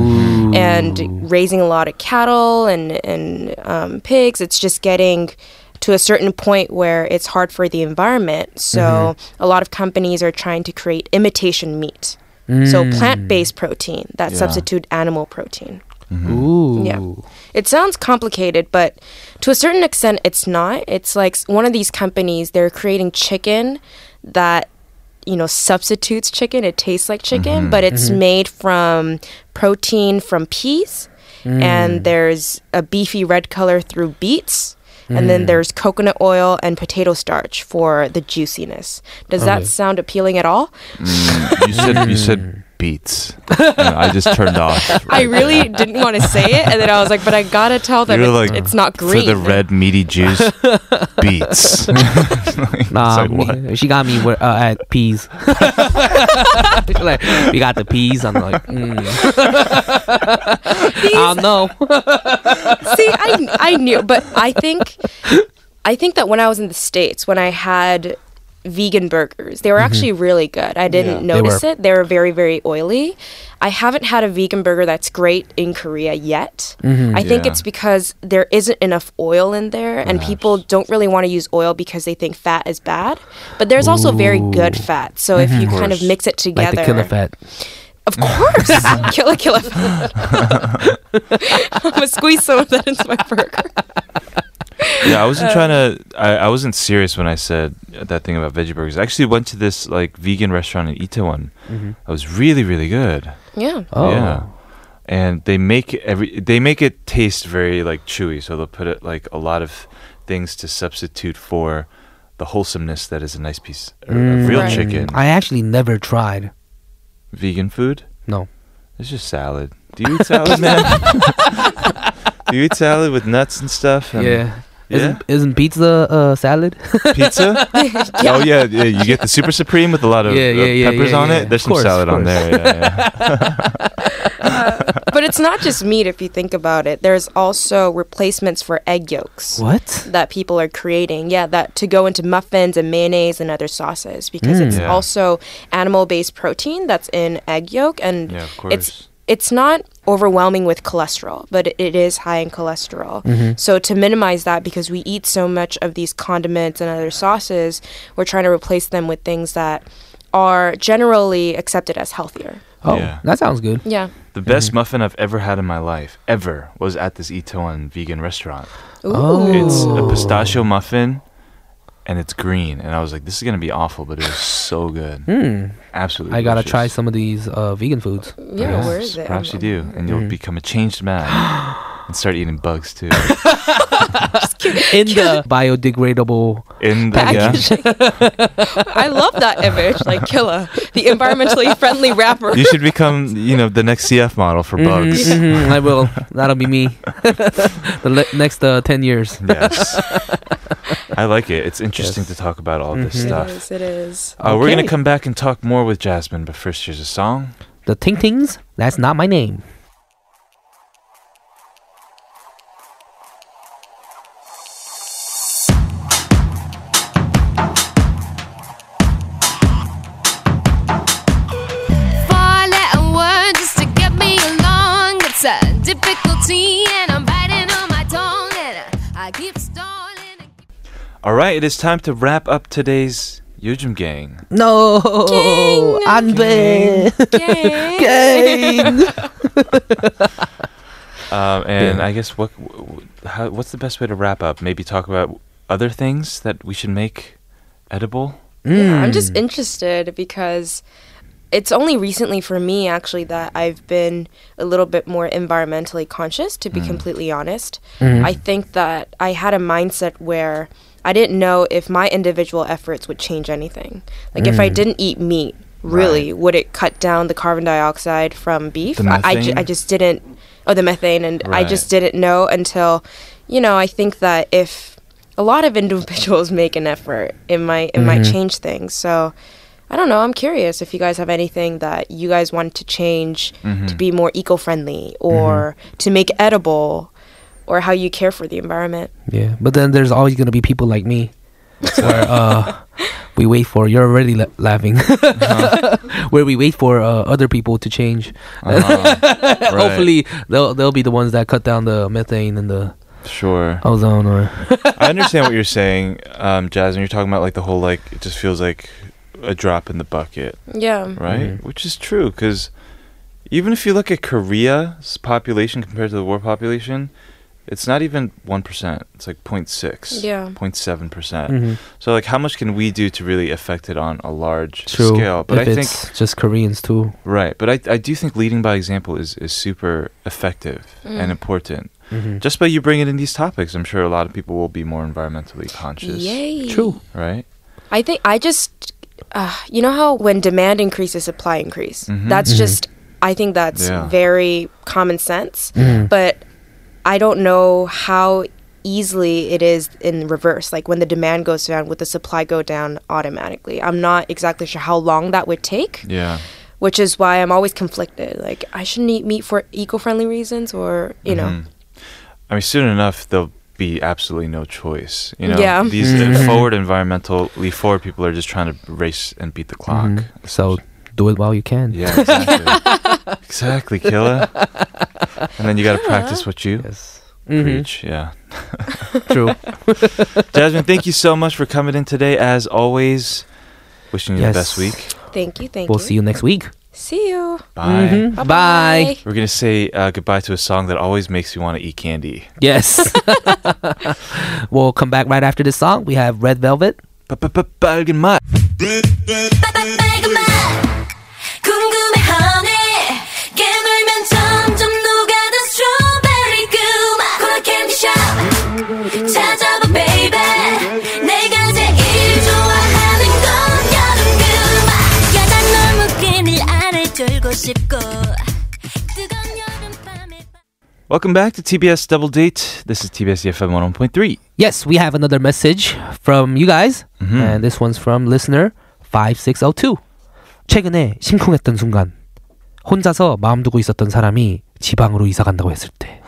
[SPEAKER 8] and raising a lot of cattle and and um, pigs it's just getting to a certain point where it's hard for the environment so
[SPEAKER 2] Mm-hmm.
[SPEAKER 8] a lot of companies are trying to create imitation meat so
[SPEAKER 2] Mm.
[SPEAKER 8] plant-based protein that
[SPEAKER 2] Yeah.
[SPEAKER 8] substitute animal protein
[SPEAKER 2] Ooh.
[SPEAKER 8] yeah. It sounds complicated, but to a certain extent, it's not. It's like s- one of these companies, they're creating chicken that, you know, substitutes chicken. It tastes like
[SPEAKER 3] Mm-hmm.
[SPEAKER 8] chicken, but it's
[SPEAKER 5] Mhm.
[SPEAKER 8] made from protein from peas,
[SPEAKER 3] Mm.
[SPEAKER 8] and there's a beefy red color through beets. And then
[SPEAKER 5] Mm.
[SPEAKER 8] there's coconut oil and potato starch for the juiciness. Does that
[SPEAKER 3] Okay.
[SPEAKER 8] sound appealing at all?
[SPEAKER 3] Mm, you said you said beats. And I just turned off.
[SPEAKER 8] I really didn't want to say it, and then I was like, but I gotta tell them
[SPEAKER 3] You're
[SPEAKER 8] it's,
[SPEAKER 3] like
[SPEAKER 8] it's not green.
[SPEAKER 3] for the red meaty juice. beats.
[SPEAKER 2] Nah,
[SPEAKER 3] like,
[SPEAKER 2] me-
[SPEAKER 3] what?
[SPEAKER 2] she got me where- uh, at peas. like, we got the peas. I'm like, mm. I don't know.
[SPEAKER 8] See, I, I knew, but I think, I think that when I was in the states, when I had vegan burgers, they were
[SPEAKER 5] Mhm.
[SPEAKER 8] actually really good. I didn't
[SPEAKER 5] Yeah. They
[SPEAKER 8] notice
[SPEAKER 5] were.
[SPEAKER 8] it. They were very, very oily. I haven't had a vegan burger that's great in Korea yet.
[SPEAKER 5] Mhm.
[SPEAKER 8] I think
[SPEAKER 5] Yeah.
[SPEAKER 8] it's because there isn't enough oil in there, and people don't really want to use oil because they think fat is bad. But there's also very good fat. So if
[SPEAKER 2] Mhm.
[SPEAKER 8] you
[SPEAKER 2] Of
[SPEAKER 8] kind of
[SPEAKER 2] course.
[SPEAKER 8] mix it
[SPEAKER 2] Like
[SPEAKER 8] together,
[SPEAKER 2] the killer fat.
[SPEAKER 8] of course, killer killer. I'm gonna squeeze some of that into my burger.
[SPEAKER 3] Yeah, I wasn't
[SPEAKER 8] Uh,
[SPEAKER 3] trying to. I, I wasn't serious when I said that thing about veggie burgers. I actually went to this like vegan restaurant in Itaewon.
[SPEAKER 2] Mhm.
[SPEAKER 3] It was really really good.
[SPEAKER 8] Yeah.
[SPEAKER 2] Oh.
[SPEAKER 3] Yeah. And they make every they make it taste very like chewy, so they'll put it like a lot of things to substitute for the wholesomeness that is a nice piece of of real
[SPEAKER 2] Mm.
[SPEAKER 3] chicken.
[SPEAKER 2] I actually never tried.
[SPEAKER 3] Vegan food?
[SPEAKER 2] No.
[SPEAKER 3] It's just salad. Do you eat salad, man? Do you eat salad with nuts and stuff? And-
[SPEAKER 2] Yeah.
[SPEAKER 3] Yeah.
[SPEAKER 2] Isn't, isn't pizza uh, salad?
[SPEAKER 3] Pizza? Oh yeah, yeah. You get the super supreme with a lot of
[SPEAKER 2] Yeah, yeah,
[SPEAKER 3] uh,
[SPEAKER 2] yeah,
[SPEAKER 3] peppers
[SPEAKER 2] yeah,
[SPEAKER 3] on
[SPEAKER 2] yeah.
[SPEAKER 3] it. There's
[SPEAKER 2] Of course,
[SPEAKER 3] some salad
[SPEAKER 2] of
[SPEAKER 3] on there.
[SPEAKER 2] course.
[SPEAKER 3] Yeah, yeah.
[SPEAKER 8] But it's not just meat if you think about it. There's also replacements for egg yolks.
[SPEAKER 2] What?
[SPEAKER 8] That people are creating. Yeah, that to go into muffins and mayonnaise and other sauces because
[SPEAKER 5] Mm.
[SPEAKER 8] it's
[SPEAKER 5] Yeah.
[SPEAKER 8] also animal-based protein that's in egg yolk and
[SPEAKER 5] Yeah, of course.
[SPEAKER 8] it's it's not overwhelming with cholesterol, but it- it is high in cholesterol.
[SPEAKER 5] Mhm.
[SPEAKER 8] So to minimize that because we eat so much of these condiments and other sauces, we're trying to replace them with things that are generally accepted as healthier.
[SPEAKER 2] Oh,
[SPEAKER 3] Yeah.
[SPEAKER 2] that sounds good.
[SPEAKER 8] Yeah.
[SPEAKER 3] The best
[SPEAKER 2] Mm-hmm.
[SPEAKER 3] muffin I've ever had in my life, ever, was at this Itoan vegan restaurant.
[SPEAKER 8] Ooh.
[SPEAKER 3] It's a pistachio muffin, and it's green. And I was like, this is gonna be awful, but it was so good.
[SPEAKER 2] Mm.
[SPEAKER 3] Absolutely.
[SPEAKER 2] I gotta
[SPEAKER 3] delicious.
[SPEAKER 2] try some of these uh, vegan foods.
[SPEAKER 8] Yeah, where is it?
[SPEAKER 3] Perhaps you
[SPEAKER 8] I'm-
[SPEAKER 3] do, and you'll
[SPEAKER 2] Mhm.
[SPEAKER 3] become a changed man and start eating bugs too.
[SPEAKER 2] In the biodegradable.
[SPEAKER 3] In the yeah.
[SPEAKER 8] I love that image, like Killa, the environmentally friendly rapper.
[SPEAKER 3] you should become, you know, the next CF model for bugs.
[SPEAKER 2] Mhm, I will. That'll be me. the le- next uh, ten years.
[SPEAKER 3] Yes. I like it. It's interesting to talk about all this
[SPEAKER 2] Mhm.
[SPEAKER 3] stuff.
[SPEAKER 8] Mm-hmm. It is. It is.
[SPEAKER 3] Uh, We're going
[SPEAKER 2] Okay.
[SPEAKER 3] to come back and talk more with Jasmine, but first, here's a song.
[SPEAKER 2] The Ting Tings. That's not my name.
[SPEAKER 1] Four letter word just to get me along. It's a difficulty, and I'm biting on my tongue, and I, I keep stalling.
[SPEAKER 3] All right, it is time to wrap up today's Yujum Gang.
[SPEAKER 2] No, 안돼. Gang.
[SPEAKER 3] Um, and I guess what w- w- how, what's the best way to wrap up? Maybe talk about other things that we should make edible.
[SPEAKER 8] Yeah, I'm
[SPEAKER 3] Hmm.
[SPEAKER 8] just interested because it's only recently for me actually that I've been a little bit more environmentally conscious, to
[SPEAKER 3] Hmm.
[SPEAKER 8] be completely honest. I think that I had a mindset where I didn't know if my individual efforts would change anything. Like if I
[SPEAKER 3] Hmm.
[SPEAKER 8] didn't eat meat, really, would it cut down the carbon dioxide from beef?
[SPEAKER 3] The
[SPEAKER 8] I, I, ju-
[SPEAKER 3] methane?
[SPEAKER 8] I just didn't, oh, the methane, and I
[SPEAKER 3] Right.
[SPEAKER 8] just didn't know until, you know, I think that if a lot of individuals make an effort, it might it might
[SPEAKER 3] Mm-hmm.
[SPEAKER 8] change things. So I don't know. I'm curious if you guys have anything that you guys want to change
[SPEAKER 3] Mm-hmm. Hmm.
[SPEAKER 8] to be more eco friendly or to make edible or how you care for the environment.
[SPEAKER 2] Yeah, but then there's always gonna be people like me, where uh, we wait for. You're already la- laughing. where we wait for uh, other people to change.
[SPEAKER 3] Uh-huh. Right.
[SPEAKER 2] Hopefully, they'll they'll be the ones that cut down the methane and the
[SPEAKER 3] Sure.
[SPEAKER 2] ozone. Or
[SPEAKER 3] I understand what you're saying, um, Jasmine. You're talking about like the whole like it just feels like a drop in the bucket,
[SPEAKER 8] Yeah.
[SPEAKER 3] right? Which is true because even if you look at Korea's population compared to the world population, it's not even one percent. It's like 0.6,
[SPEAKER 8] Yeah.
[SPEAKER 3] 0.7 percent.
[SPEAKER 2] Mhm.
[SPEAKER 3] So like, how much can we do to really affect it on a large
[SPEAKER 2] true,
[SPEAKER 3] scale? But
[SPEAKER 2] if
[SPEAKER 3] I
[SPEAKER 2] it's
[SPEAKER 3] think
[SPEAKER 2] just Koreans too.
[SPEAKER 3] right. But I I do think leading by example is is super effective
[SPEAKER 8] Mm.
[SPEAKER 3] and important. Mm-hmm.
[SPEAKER 2] Mm-hmm.
[SPEAKER 3] Just by you bringing in these topics, I'm sure a lot of people will be more environmentally conscious,
[SPEAKER 8] Yay.
[SPEAKER 2] True.
[SPEAKER 3] right?
[SPEAKER 8] I think I just, uh, you know how when demand increases, supply increase.
[SPEAKER 2] Mm-hmm.
[SPEAKER 3] Mhm.
[SPEAKER 8] That's just. I think that's
[SPEAKER 3] Yeah.
[SPEAKER 8] very common sense,
[SPEAKER 2] Mm-hmm.
[SPEAKER 8] but I don't know how easily it is in reverse. Like when the demand goes down, would the supply go down automatically? I'm not exactly sure how long that would take,
[SPEAKER 3] Yeah.
[SPEAKER 8] which is why I'm always conflicted. Like I shouldn't eat meat for eco-friendly reasons, or you know,
[SPEAKER 3] Mm. I mean, soon enough, there'll be absolutely no choice. You know,
[SPEAKER 8] Yeah.
[SPEAKER 3] these
[SPEAKER 2] Mm-hmm.
[SPEAKER 3] uh, forward environmentally forward people are just trying to race and beat the clock.
[SPEAKER 2] Mhm. So do it while you can.
[SPEAKER 3] Yeah, exactly. exactly, killer. And then you got to practice what you
[SPEAKER 2] Yes. Mhm.
[SPEAKER 3] preach. Yeah.
[SPEAKER 2] True.
[SPEAKER 3] Jasmine, thank you so much for coming in today. As always, wishing you
[SPEAKER 2] Yes.
[SPEAKER 3] the best week.
[SPEAKER 8] thank you,
[SPEAKER 2] Mm-hmm.
[SPEAKER 8] thank
[SPEAKER 2] We'll
[SPEAKER 8] you.
[SPEAKER 2] see you next week.
[SPEAKER 8] See you.
[SPEAKER 2] Mhm.
[SPEAKER 3] Bye.
[SPEAKER 2] Bye.
[SPEAKER 3] We're going to say uh, goodbye to a song that always makes you want to eat candy.
[SPEAKER 2] Yes. we'll come back right after this song. We have Red Velvet.
[SPEAKER 3] 빨간 맛.
[SPEAKER 1] 궁금해하네 깨물면 점점 녹아든 스트로베리 그맛 콜라 캔디샵 찾아봐 baby 내가 제일 좋아하는 건 여름 그맛 야단 너무 끈을 안에 졸고 싶고 뜨거운 여름밤에
[SPEAKER 3] Welcome back to TBS Double Date. This is TBS EFM 101.3.
[SPEAKER 2] Yes, we have another message from you guys.
[SPEAKER 3] Mm-hmm.
[SPEAKER 2] And this one's from listener 5602. 최근에 심쿵했던 순간. 혼자서 마음 두고 있었던 사람이 지방으로 이사 간다고 했을 때.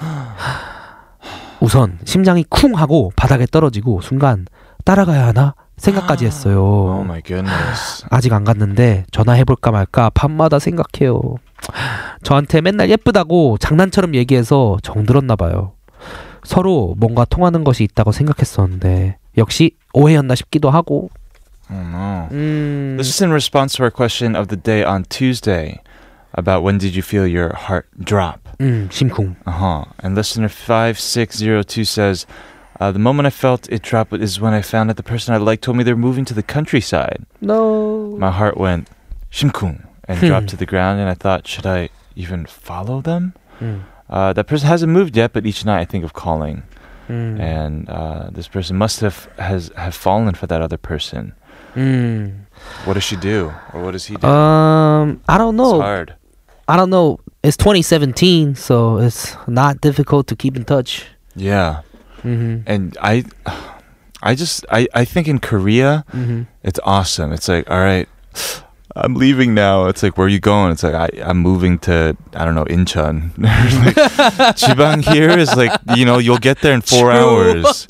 [SPEAKER 2] 우선 심장이 쿵 하고 바닥에 떨어지고 순간 따라가야 하나 생각까지
[SPEAKER 3] Oh
[SPEAKER 2] 했어요.
[SPEAKER 3] my goodness.
[SPEAKER 2] 아직 안 갔는데 전화해볼까 말까 밤마다 생각해요. 저한테 맨날 예쁘다고 장난처럼 얘기해서 정들었나 봐요. 서로 뭔가 통하는 것이 있다고 생각했었는데 역시 오해였나 싶기도 하고.
[SPEAKER 3] Oh no.
[SPEAKER 2] 음,
[SPEAKER 3] This is in response to our question of the day on Tuesday about when did you feel your heart drop? Uh-huh.
[SPEAKER 2] 음 심쿵.
[SPEAKER 3] Uh huh. And listener 56002 says, Uh, the moment I felt it drop is when I found that the person I liked told me they're moving to the countryside.
[SPEAKER 2] No.
[SPEAKER 3] My heart went shimkung and
[SPEAKER 2] Hmm.
[SPEAKER 3] dropped to the ground, and I thought, should I even follow them?
[SPEAKER 2] Hmm.
[SPEAKER 3] Uh, that person hasn't moved yet, but each night I think of calling,
[SPEAKER 2] Hmm.
[SPEAKER 3] and uh, this person must have has have fallen for that other person.
[SPEAKER 2] Mm.
[SPEAKER 3] What does she do, or what does he do?
[SPEAKER 2] Um, I don't know.
[SPEAKER 3] It's hard.
[SPEAKER 2] I don't know. It's 2017, so it's not difficult to keep in touch.
[SPEAKER 3] Yeah.
[SPEAKER 2] Mhm.
[SPEAKER 3] And I, I just I I think in Korea,
[SPEAKER 2] Mhm.
[SPEAKER 3] it's awesome. It's like all right. I'm leaving now. It's like, where are you going? It's like, I, I'm moving to, I don't know, Incheon. like, Jibang here is like, you know, you'll get there in four hours.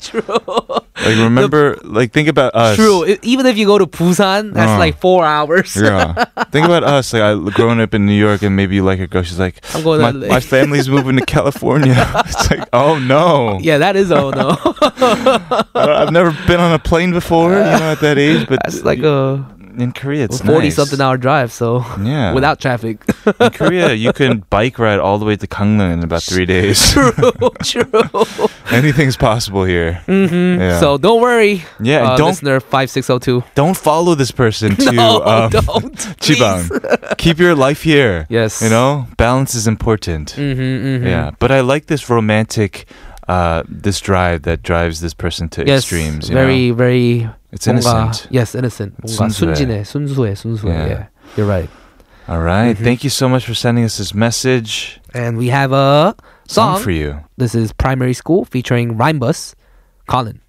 [SPEAKER 2] True.
[SPEAKER 3] Like, remember, like, think about us.
[SPEAKER 2] True. E- Even if you go to Busan, that's
[SPEAKER 3] Uh.
[SPEAKER 2] like four hours.
[SPEAKER 3] Yeah. Think about us. Like I growing up in New York, and maybe you like a girl. She's like,
[SPEAKER 2] I'm going
[SPEAKER 3] my,
[SPEAKER 2] to LA."
[SPEAKER 3] my family's moving to California. it's like, oh no.
[SPEAKER 2] Yeah, that is oh no.
[SPEAKER 3] I don't- I've never been on a plane before. You know, at that age, but
[SPEAKER 2] That's like a
[SPEAKER 3] in Korea, it's
[SPEAKER 2] forty
[SPEAKER 3] nice.
[SPEAKER 2] something hour drive. So
[SPEAKER 3] Yeah.
[SPEAKER 2] without traffic.
[SPEAKER 3] in Korea, you can bike ride all the way to Gangneung in about three days.
[SPEAKER 2] true. True.
[SPEAKER 3] Anything's possible here.
[SPEAKER 2] hmm
[SPEAKER 3] Yeah.
[SPEAKER 2] So don't worry.
[SPEAKER 3] Yeah, and
[SPEAKER 2] uh,
[SPEAKER 3] don't-
[SPEAKER 2] listener five six zero two.
[SPEAKER 3] Don't follow this person to
[SPEAKER 2] No,
[SPEAKER 3] um,
[SPEAKER 2] don't.
[SPEAKER 3] Chibang. Keep your life here.
[SPEAKER 2] Yes.
[SPEAKER 3] You know, balance is important.
[SPEAKER 2] Mm-hmm,
[SPEAKER 3] Yeah, but I like this romantic, uh, this drive that drives this person to
[SPEAKER 2] Yes.
[SPEAKER 3] extremes. You
[SPEAKER 2] very
[SPEAKER 3] know?
[SPEAKER 2] very.
[SPEAKER 3] it's
[SPEAKER 2] 뭔가-
[SPEAKER 3] innocent.
[SPEAKER 2] yes, innocent.
[SPEAKER 3] It's
[SPEAKER 2] 뭔가
[SPEAKER 3] 순수해.
[SPEAKER 2] 순진해, 순수해, 순수해.
[SPEAKER 3] Yeah.
[SPEAKER 2] Yeah, you're right.
[SPEAKER 3] All right,
[SPEAKER 2] Mm-hmm.
[SPEAKER 3] thank you so much for sending us this message.
[SPEAKER 2] And we have a song.
[SPEAKER 3] Song for you.
[SPEAKER 2] This is Primary School featuring Rhymebus, Colin.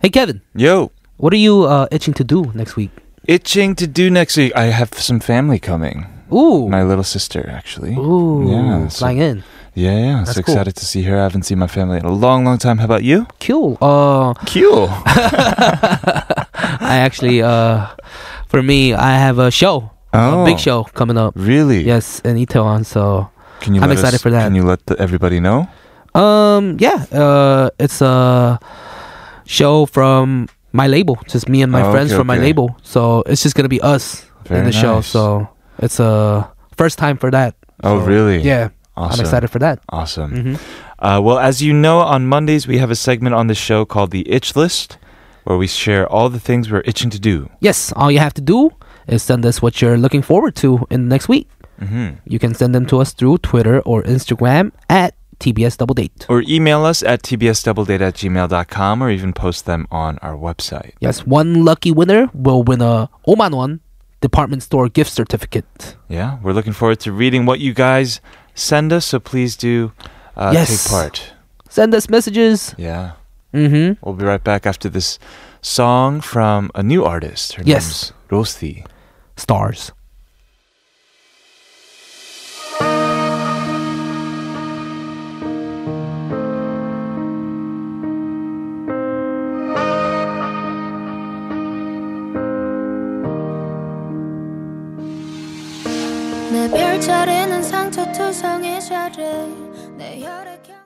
[SPEAKER 2] Hey Kevin,
[SPEAKER 3] Yo,
[SPEAKER 2] what are you uh, itching to do next week?
[SPEAKER 3] itching to do next week. I have some family coming.
[SPEAKER 2] Ooh,
[SPEAKER 3] My little sister, actually.
[SPEAKER 2] ooh,
[SPEAKER 3] yeah, so-
[SPEAKER 2] flying in.
[SPEAKER 3] yeah, yeah.
[SPEAKER 2] That's
[SPEAKER 3] So
[SPEAKER 2] cool.
[SPEAKER 3] excited to see her. I haven't seen my family in a long, long time. How about you?
[SPEAKER 2] Cool. Uh,
[SPEAKER 3] Cool.
[SPEAKER 2] I actually, uh, for me, I have a show,
[SPEAKER 3] Oh.
[SPEAKER 2] a big show coming up.
[SPEAKER 3] really?
[SPEAKER 2] Yes, in Itaewon. So,
[SPEAKER 3] Can you?
[SPEAKER 2] I'm
[SPEAKER 3] let us-
[SPEAKER 2] excited for that.
[SPEAKER 3] Can you let the, everybody know?
[SPEAKER 2] um, yeah, uh, it's a show from my label, just me and my
[SPEAKER 3] Oh,
[SPEAKER 2] friends
[SPEAKER 3] okay,
[SPEAKER 2] from my
[SPEAKER 3] okay.
[SPEAKER 2] label. So it's just gonna be us
[SPEAKER 3] Very
[SPEAKER 2] in the show.
[SPEAKER 3] nice.
[SPEAKER 2] So it's a first time for that.
[SPEAKER 3] Oh,
[SPEAKER 2] So,
[SPEAKER 3] really?
[SPEAKER 2] Yeah,
[SPEAKER 3] Awesome.
[SPEAKER 2] I'm excited for that.
[SPEAKER 3] Awesome.
[SPEAKER 2] Mhm.
[SPEAKER 3] Uh, well, as you know, on Mondays we have a segment on the show called the Itch List, where we share all the things we're itching to do.
[SPEAKER 2] Yes, all you have to do is send us what you're looking forward to in the next week.
[SPEAKER 3] Mm-hmm.
[SPEAKER 2] You can send them to us through Twitter or Instagram at TBS Double Date.
[SPEAKER 3] Or email us at tbsdoubledate at gmail.com or even post them on our website.
[SPEAKER 2] Yes, one lucky winner will win a Oman One department store gift certificate.
[SPEAKER 3] Yeah, we're looking forward to reading what you guys send us, so please do uh,
[SPEAKER 2] Yes.
[SPEAKER 3] take part.
[SPEAKER 2] Send us messages.
[SPEAKER 3] Yeah.
[SPEAKER 2] Mm-hmm.
[SPEAKER 3] We'll be right back after this song from a new artist. Her
[SPEAKER 2] Yes.
[SPEAKER 3] name's Rosti.
[SPEAKER 2] Stars.
[SPEAKER 5] 내 별자리는 상처투성이 자리 내 혈액형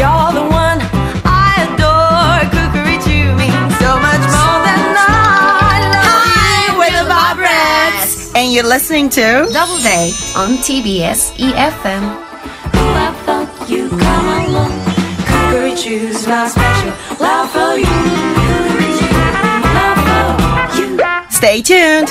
[SPEAKER 4] You're the one I adore. Cookery to me so much more than I love you with the vibrates. And you're listening to
[SPEAKER 7] Double Date on TBS
[SPEAKER 4] E
[SPEAKER 7] EFM.
[SPEAKER 4] Love for you, come along. Cookery choose my special love for you. Cookery Chews, love for you. Stay tuned.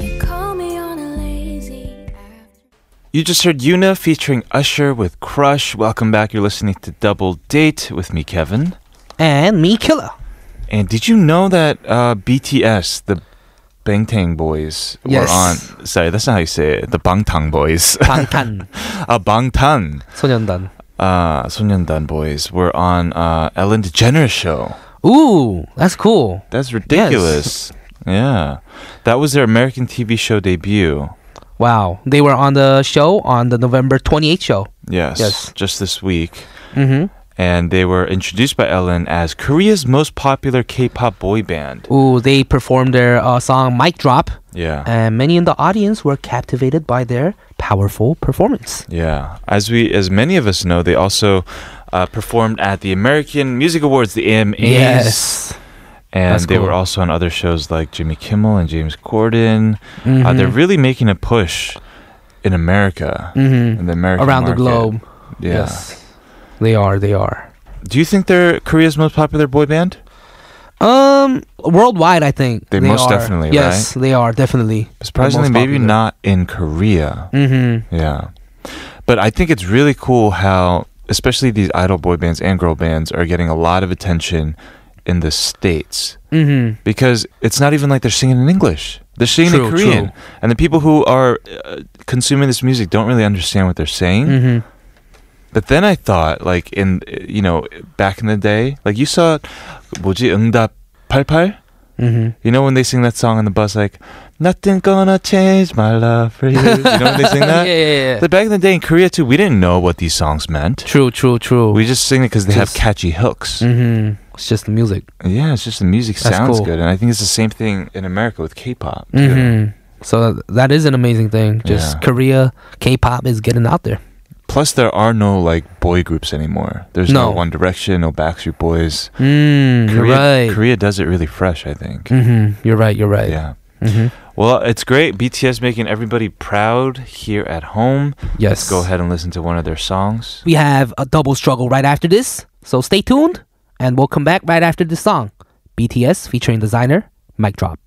[SPEAKER 5] You call me on a lazy
[SPEAKER 3] You just heard Yuna featuring Usher with Crush. Welcome back. You're listening to Double Date with me, Kevin.
[SPEAKER 2] And me killer.
[SPEAKER 3] And did you know that uh, BTS, the Bangtan Boys,
[SPEAKER 2] Yes.
[SPEAKER 3] were on? Sorry, that's not how you say it. The Bangtan Boys,
[SPEAKER 2] 방탄
[SPEAKER 3] uh, Bangtan,
[SPEAKER 2] 소년단.
[SPEAKER 3] uh, Sonyeondan Boys, were on uh, Ellen DeGeneres show.
[SPEAKER 2] Ooh, that's cool.
[SPEAKER 3] That's ridiculous. Yeah. That was their American TV show debut.
[SPEAKER 2] Wow. They were on the show on the November 28th show.
[SPEAKER 3] Yes.
[SPEAKER 2] Yes.
[SPEAKER 3] Just this week.
[SPEAKER 2] Mhm.
[SPEAKER 3] And they were introduced by Ellen as Korea's most popular K pop boy band.
[SPEAKER 2] Ooh, they performed their uh, song Mic Drop,
[SPEAKER 3] Yeah.
[SPEAKER 2] and many in the audience were captivated by their powerful performance.
[SPEAKER 3] Yeah, as we as many of us know, they also uh, performed at the American Music Awards, the AMAs.
[SPEAKER 2] Yes.
[SPEAKER 3] And
[SPEAKER 2] That's
[SPEAKER 3] they
[SPEAKER 2] cool.
[SPEAKER 3] were also on other shows like Jimmy Kimmel and James Corden. Uh,
[SPEAKER 2] Mm-hmm.
[SPEAKER 3] they're really making a push in America,
[SPEAKER 2] Mhm.
[SPEAKER 3] in the American
[SPEAKER 2] Around the
[SPEAKER 3] market.
[SPEAKER 2] globe.
[SPEAKER 3] Yeah.
[SPEAKER 2] Yes. They are, they are.
[SPEAKER 3] Do you think they're Korea's most popular boy band?
[SPEAKER 2] Um, worldwide, I think
[SPEAKER 3] They most
[SPEAKER 2] are.
[SPEAKER 3] definitely,
[SPEAKER 2] yes, they are definitely.
[SPEAKER 3] Surprisingly, maybe not in Korea.
[SPEAKER 2] Mm-hmm.
[SPEAKER 3] Yeah. But I think it's really cool how, especially these idol boy bands and girl bands, are getting a lot of attention in the States
[SPEAKER 2] Mm-hmm.
[SPEAKER 3] because it's not even like they're singing in English. They're singing in
[SPEAKER 2] True,
[SPEAKER 3] Korean.
[SPEAKER 2] true.
[SPEAKER 3] And the people who are uh, consuming this music don't really understand what they're saying.
[SPEAKER 2] Mm-hmm.
[SPEAKER 3] But then I thought, like, in, you know, back in the day, like, you saw, 뭐지, 응답 88?
[SPEAKER 2] Mm-hmm.
[SPEAKER 3] You know when they sing that song on the bus, like "Nothing gonna change my love for you." You know when they sing that.
[SPEAKER 2] Yeah, yeah, yeah.
[SPEAKER 3] But back in the day in Korea too, we didn't know what these songs meant.
[SPEAKER 2] True, true, true.
[SPEAKER 3] We just sing it because they have
[SPEAKER 2] Just-
[SPEAKER 3] catchy hooks.
[SPEAKER 2] mm-hmm. It's just the music.
[SPEAKER 3] Yeah, it's just the music
[SPEAKER 2] That's
[SPEAKER 3] sounds
[SPEAKER 2] cool.
[SPEAKER 3] good, and I think it's the same thing in America with K-pop. too.
[SPEAKER 2] Mm-hmm. So th- that is an amazing thing. Just
[SPEAKER 3] Yeah.
[SPEAKER 2] Korea K-pop is getting out there.
[SPEAKER 3] Plus, there are no like boy groups anymore. There's no,
[SPEAKER 2] No.
[SPEAKER 3] One Direction, no Backstreet Boys.
[SPEAKER 2] Mm, you're
[SPEAKER 3] Korea,
[SPEAKER 2] right.
[SPEAKER 3] Korea does it really fresh, I think.
[SPEAKER 2] Mm-hmm. You're right. You're right.
[SPEAKER 3] Yeah.
[SPEAKER 2] Mm-hmm.
[SPEAKER 3] Well, it's great. BTS making everybody proud here at home.
[SPEAKER 2] Yes.
[SPEAKER 3] Let's go ahead and listen to one of their songs.
[SPEAKER 2] We have a double struggle right after this, so stay tuned, and we'll come back right after this song. BTS featuring designer Mike Drop.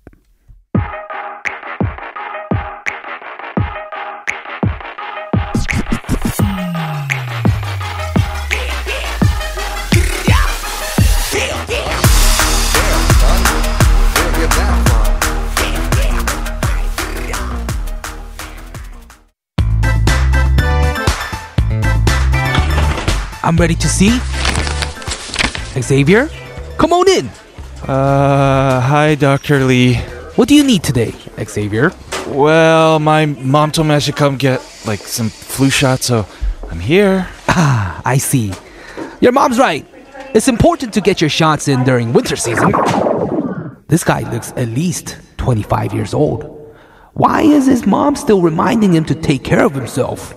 [SPEAKER 2] I'm ready to see Xavier. Come on in.
[SPEAKER 3] Uh, hi, Dr. Lee.
[SPEAKER 2] What do you need today, Xavier?
[SPEAKER 3] Well, my mom told me I should come get like some flu shots, so I'm here.
[SPEAKER 2] Ah, I see. Your mom's right. It's important to get your shots in during winter season. This guy looks at least 25 years old. Why is his mom still reminding him to take care of himself?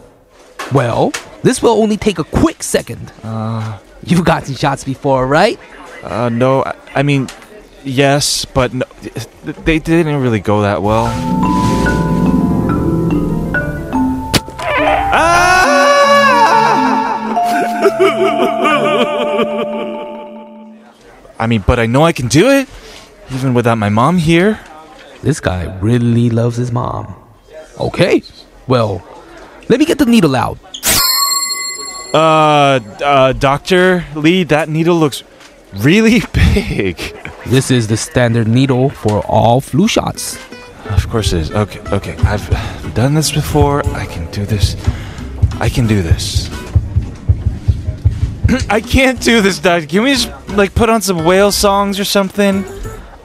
[SPEAKER 2] Well, this will only take a quick second. Uh. You've gotten shots before, right?
[SPEAKER 3] Uh, no, I, I mean, yes, but no, they didn't really go that well. Ah! I mean, but I know I can do it, even without my mom here.
[SPEAKER 2] This guy really loves his mom. Okay, well, let me get the needle out.
[SPEAKER 3] Uh, uh, Doctor Lee, that needle looks really big.
[SPEAKER 2] This is the standard needle for all flu shots.
[SPEAKER 3] Of course it is. Okay, okay. I've done this before. I can do this. I can do this. I can't do this, Doctor. Can we just like put on some whale songs or something?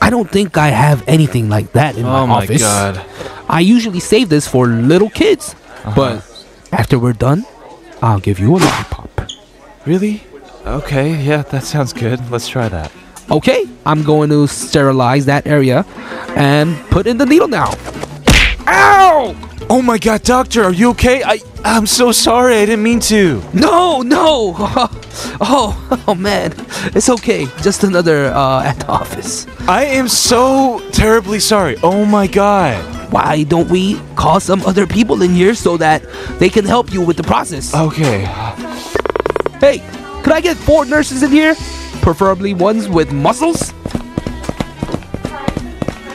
[SPEAKER 2] I don't think I have anything like that in my,
[SPEAKER 3] Oh my
[SPEAKER 2] office.
[SPEAKER 3] God. Uh-huh.
[SPEAKER 2] I usually save this for little kids, but after we're done, I'll give you a lollipop.
[SPEAKER 3] Really? Okay, yeah, that sounds good. Let's try that.
[SPEAKER 2] Okay, I'm going to sterilize that area and put in the needle now.
[SPEAKER 3] Oh my God, Doctor, are you okay? I I'm so sorry. I didn't mean to.
[SPEAKER 2] No, no. Oh, oh man, it's okay. Just another uh, at the office.
[SPEAKER 3] I am so terribly sorry. Oh my God.
[SPEAKER 2] Why don't we call some other people in here so that they can help you with the process?
[SPEAKER 3] Uh, Okay.
[SPEAKER 2] Hey, could I get four nurses in here? Preferably ones with muscles?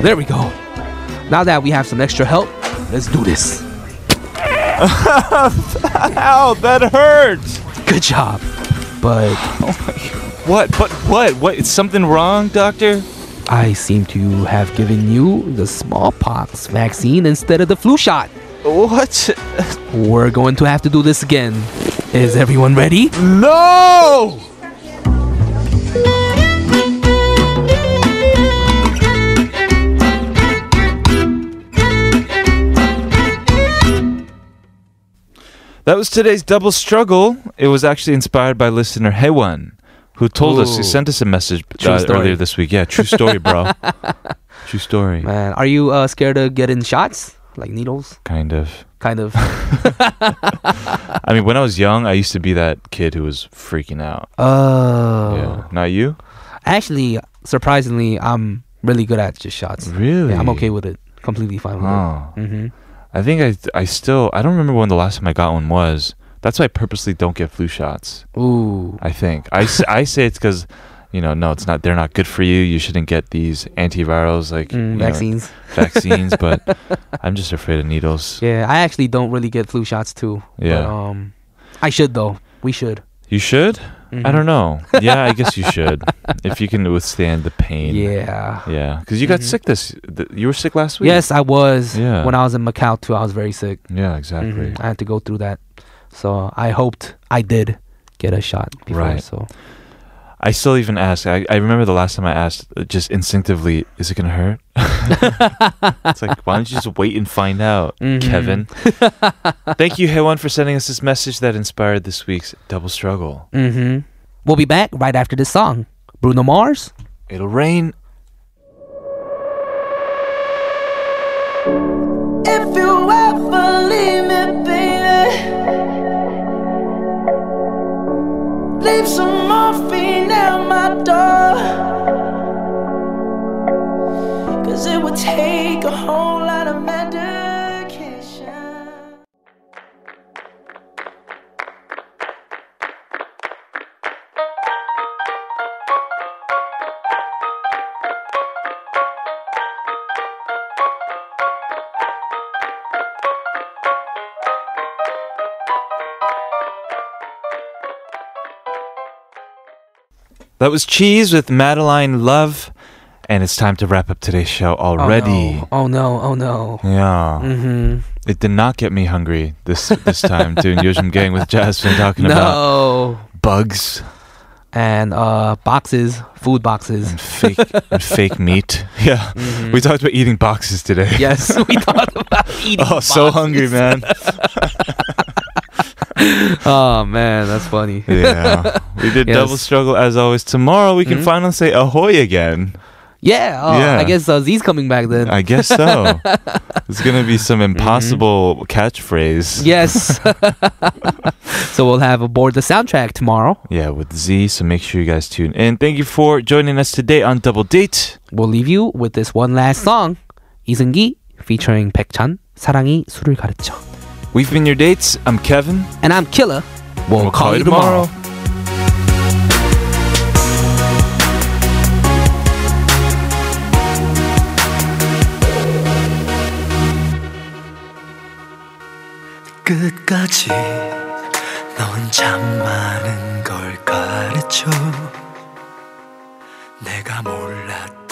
[SPEAKER 2] There we go. Now that we have some extra help, let's do this.
[SPEAKER 3] Ow, that hurts.
[SPEAKER 2] Good job. But
[SPEAKER 3] What? But what? What? Is something wrong, Doctor?
[SPEAKER 2] I seem to have given you the smallpox vaccine instead of the flu shot.
[SPEAKER 3] What?
[SPEAKER 2] We're going to have to do this again. Is everyone ready?
[SPEAKER 3] No! That was today's double struggle. It was actually inspired by listener Hewan, who told us
[SPEAKER 2] Ooh.
[SPEAKER 3] he sent us a message
[SPEAKER 2] True
[SPEAKER 3] uh,
[SPEAKER 2] story.
[SPEAKER 3] earlier this week. Yeah, true story, bro. true story.
[SPEAKER 2] Man, are you uh, scared of getting shots like needles?
[SPEAKER 3] Kind of.
[SPEAKER 2] Kind of.
[SPEAKER 3] I mean, when I was young, I used to be that kid who was freaking out.
[SPEAKER 2] Oh.
[SPEAKER 3] Yeah. Not you?
[SPEAKER 2] Actually, surprisingly, I'm really good at just shots.
[SPEAKER 3] Really?
[SPEAKER 2] Yeah, I'm okay with it. Completely fine with
[SPEAKER 3] Oh.
[SPEAKER 2] it. Mm-hmm.
[SPEAKER 3] I think I I still I don't remember when the last time I got one was. That's why I purposely don't get flu shots.
[SPEAKER 2] Ooh.
[SPEAKER 3] I think I, s- I say it's because you know no it's not they're not good for you. You shouldn't get these antivirals like
[SPEAKER 2] Mm,
[SPEAKER 3] you know,
[SPEAKER 2] vaccines.
[SPEAKER 3] vaccines, but I'm just afraid of needles.
[SPEAKER 2] Yeah, I actually don't really get flu shots too. But,
[SPEAKER 3] Yeah.
[SPEAKER 2] um, I should though. We should.
[SPEAKER 3] You should. I
[SPEAKER 2] Mhm.
[SPEAKER 3] don't know. Yeah, I guess you should if you can withstand the pain.
[SPEAKER 2] Yeah.
[SPEAKER 3] Yeah, because you got
[SPEAKER 2] Mhm.
[SPEAKER 3] sick this. Th- you were sick last week.
[SPEAKER 2] Yes, I was.
[SPEAKER 3] Yeah.
[SPEAKER 2] When I was in Macau too, I was very sick.
[SPEAKER 3] Yeah, exactly.
[SPEAKER 2] Mhm, I had to go through that. So I hoped I did get a shot before.
[SPEAKER 3] Right.
[SPEAKER 2] So
[SPEAKER 3] I still even ask. I, I remember the last time I asked, uh, just instinctively, is it going to hurt? it's like, why don't you just wait and find out,
[SPEAKER 2] Mhm.
[SPEAKER 3] Kevin? Thank you, Hewan, for sending us this message that inspired this week's Double Struggle.
[SPEAKER 2] hmm we'll be back right after this song. Bruno Mars.
[SPEAKER 3] It'll rain.
[SPEAKER 4] If you ever leave me, baby, leave some morphine at my door. Cause it would take a whole lot of medication.
[SPEAKER 3] That was Cheese with Madeline Love. And it's time to wrap up today's show already.
[SPEAKER 2] Oh no. Oh no.
[SPEAKER 3] Yeah.
[SPEAKER 2] Mm-hmm.
[SPEAKER 3] It did not get me hungry this this time doing Yojim Gang with Jasmine talking about
[SPEAKER 2] No.
[SPEAKER 3] bugs
[SPEAKER 2] And uh, boxes, food boxes.
[SPEAKER 3] and fake and fake meat. Yeah.
[SPEAKER 2] Mm-hmm.
[SPEAKER 3] We talked about eating boxes today.
[SPEAKER 2] yes, we talked about eating.
[SPEAKER 3] Oh, so hungry, man.
[SPEAKER 2] Oh man, that's funny.
[SPEAKER 3] yeah. We did
[SPEAKER 2] Yes. Mm-hmm.
[SPEAKER 3] double struggle as always. Tomorrow we can finally say ahoy again.
[SPEAKER 2] Yeah, oh, I
[SPEAKER 3] Yeah.
[SPEAKER 2] guess uh, Z's coming back then.
[SPEAKER 3] I guess so. it's going to be some
[SPEAKER 2] Mm-hmm.
[SPEAKER 3] impossible catchphrase.
[SPEAKER 2] yes. so we'll have aboard the soundtrack tomorrow.
[SPEAKER 3] Yeah, with Z. So make sure you guys tune in. Thank you for joining us today on Double Date.
[SPEAKER 2] We'll leave you with this one last song. 이승기 featuring 백찬 사랑이 술을 가르쳐.
[SPEAKER 3] We've been your dates. I'm Kevin.
[SPEAKER 2] And I'm Killer. We'll, call, you tomorrow.
[SPEAKER 11] 끝까지 넌 참 많은 걸 가르쳐 내가 몰랐던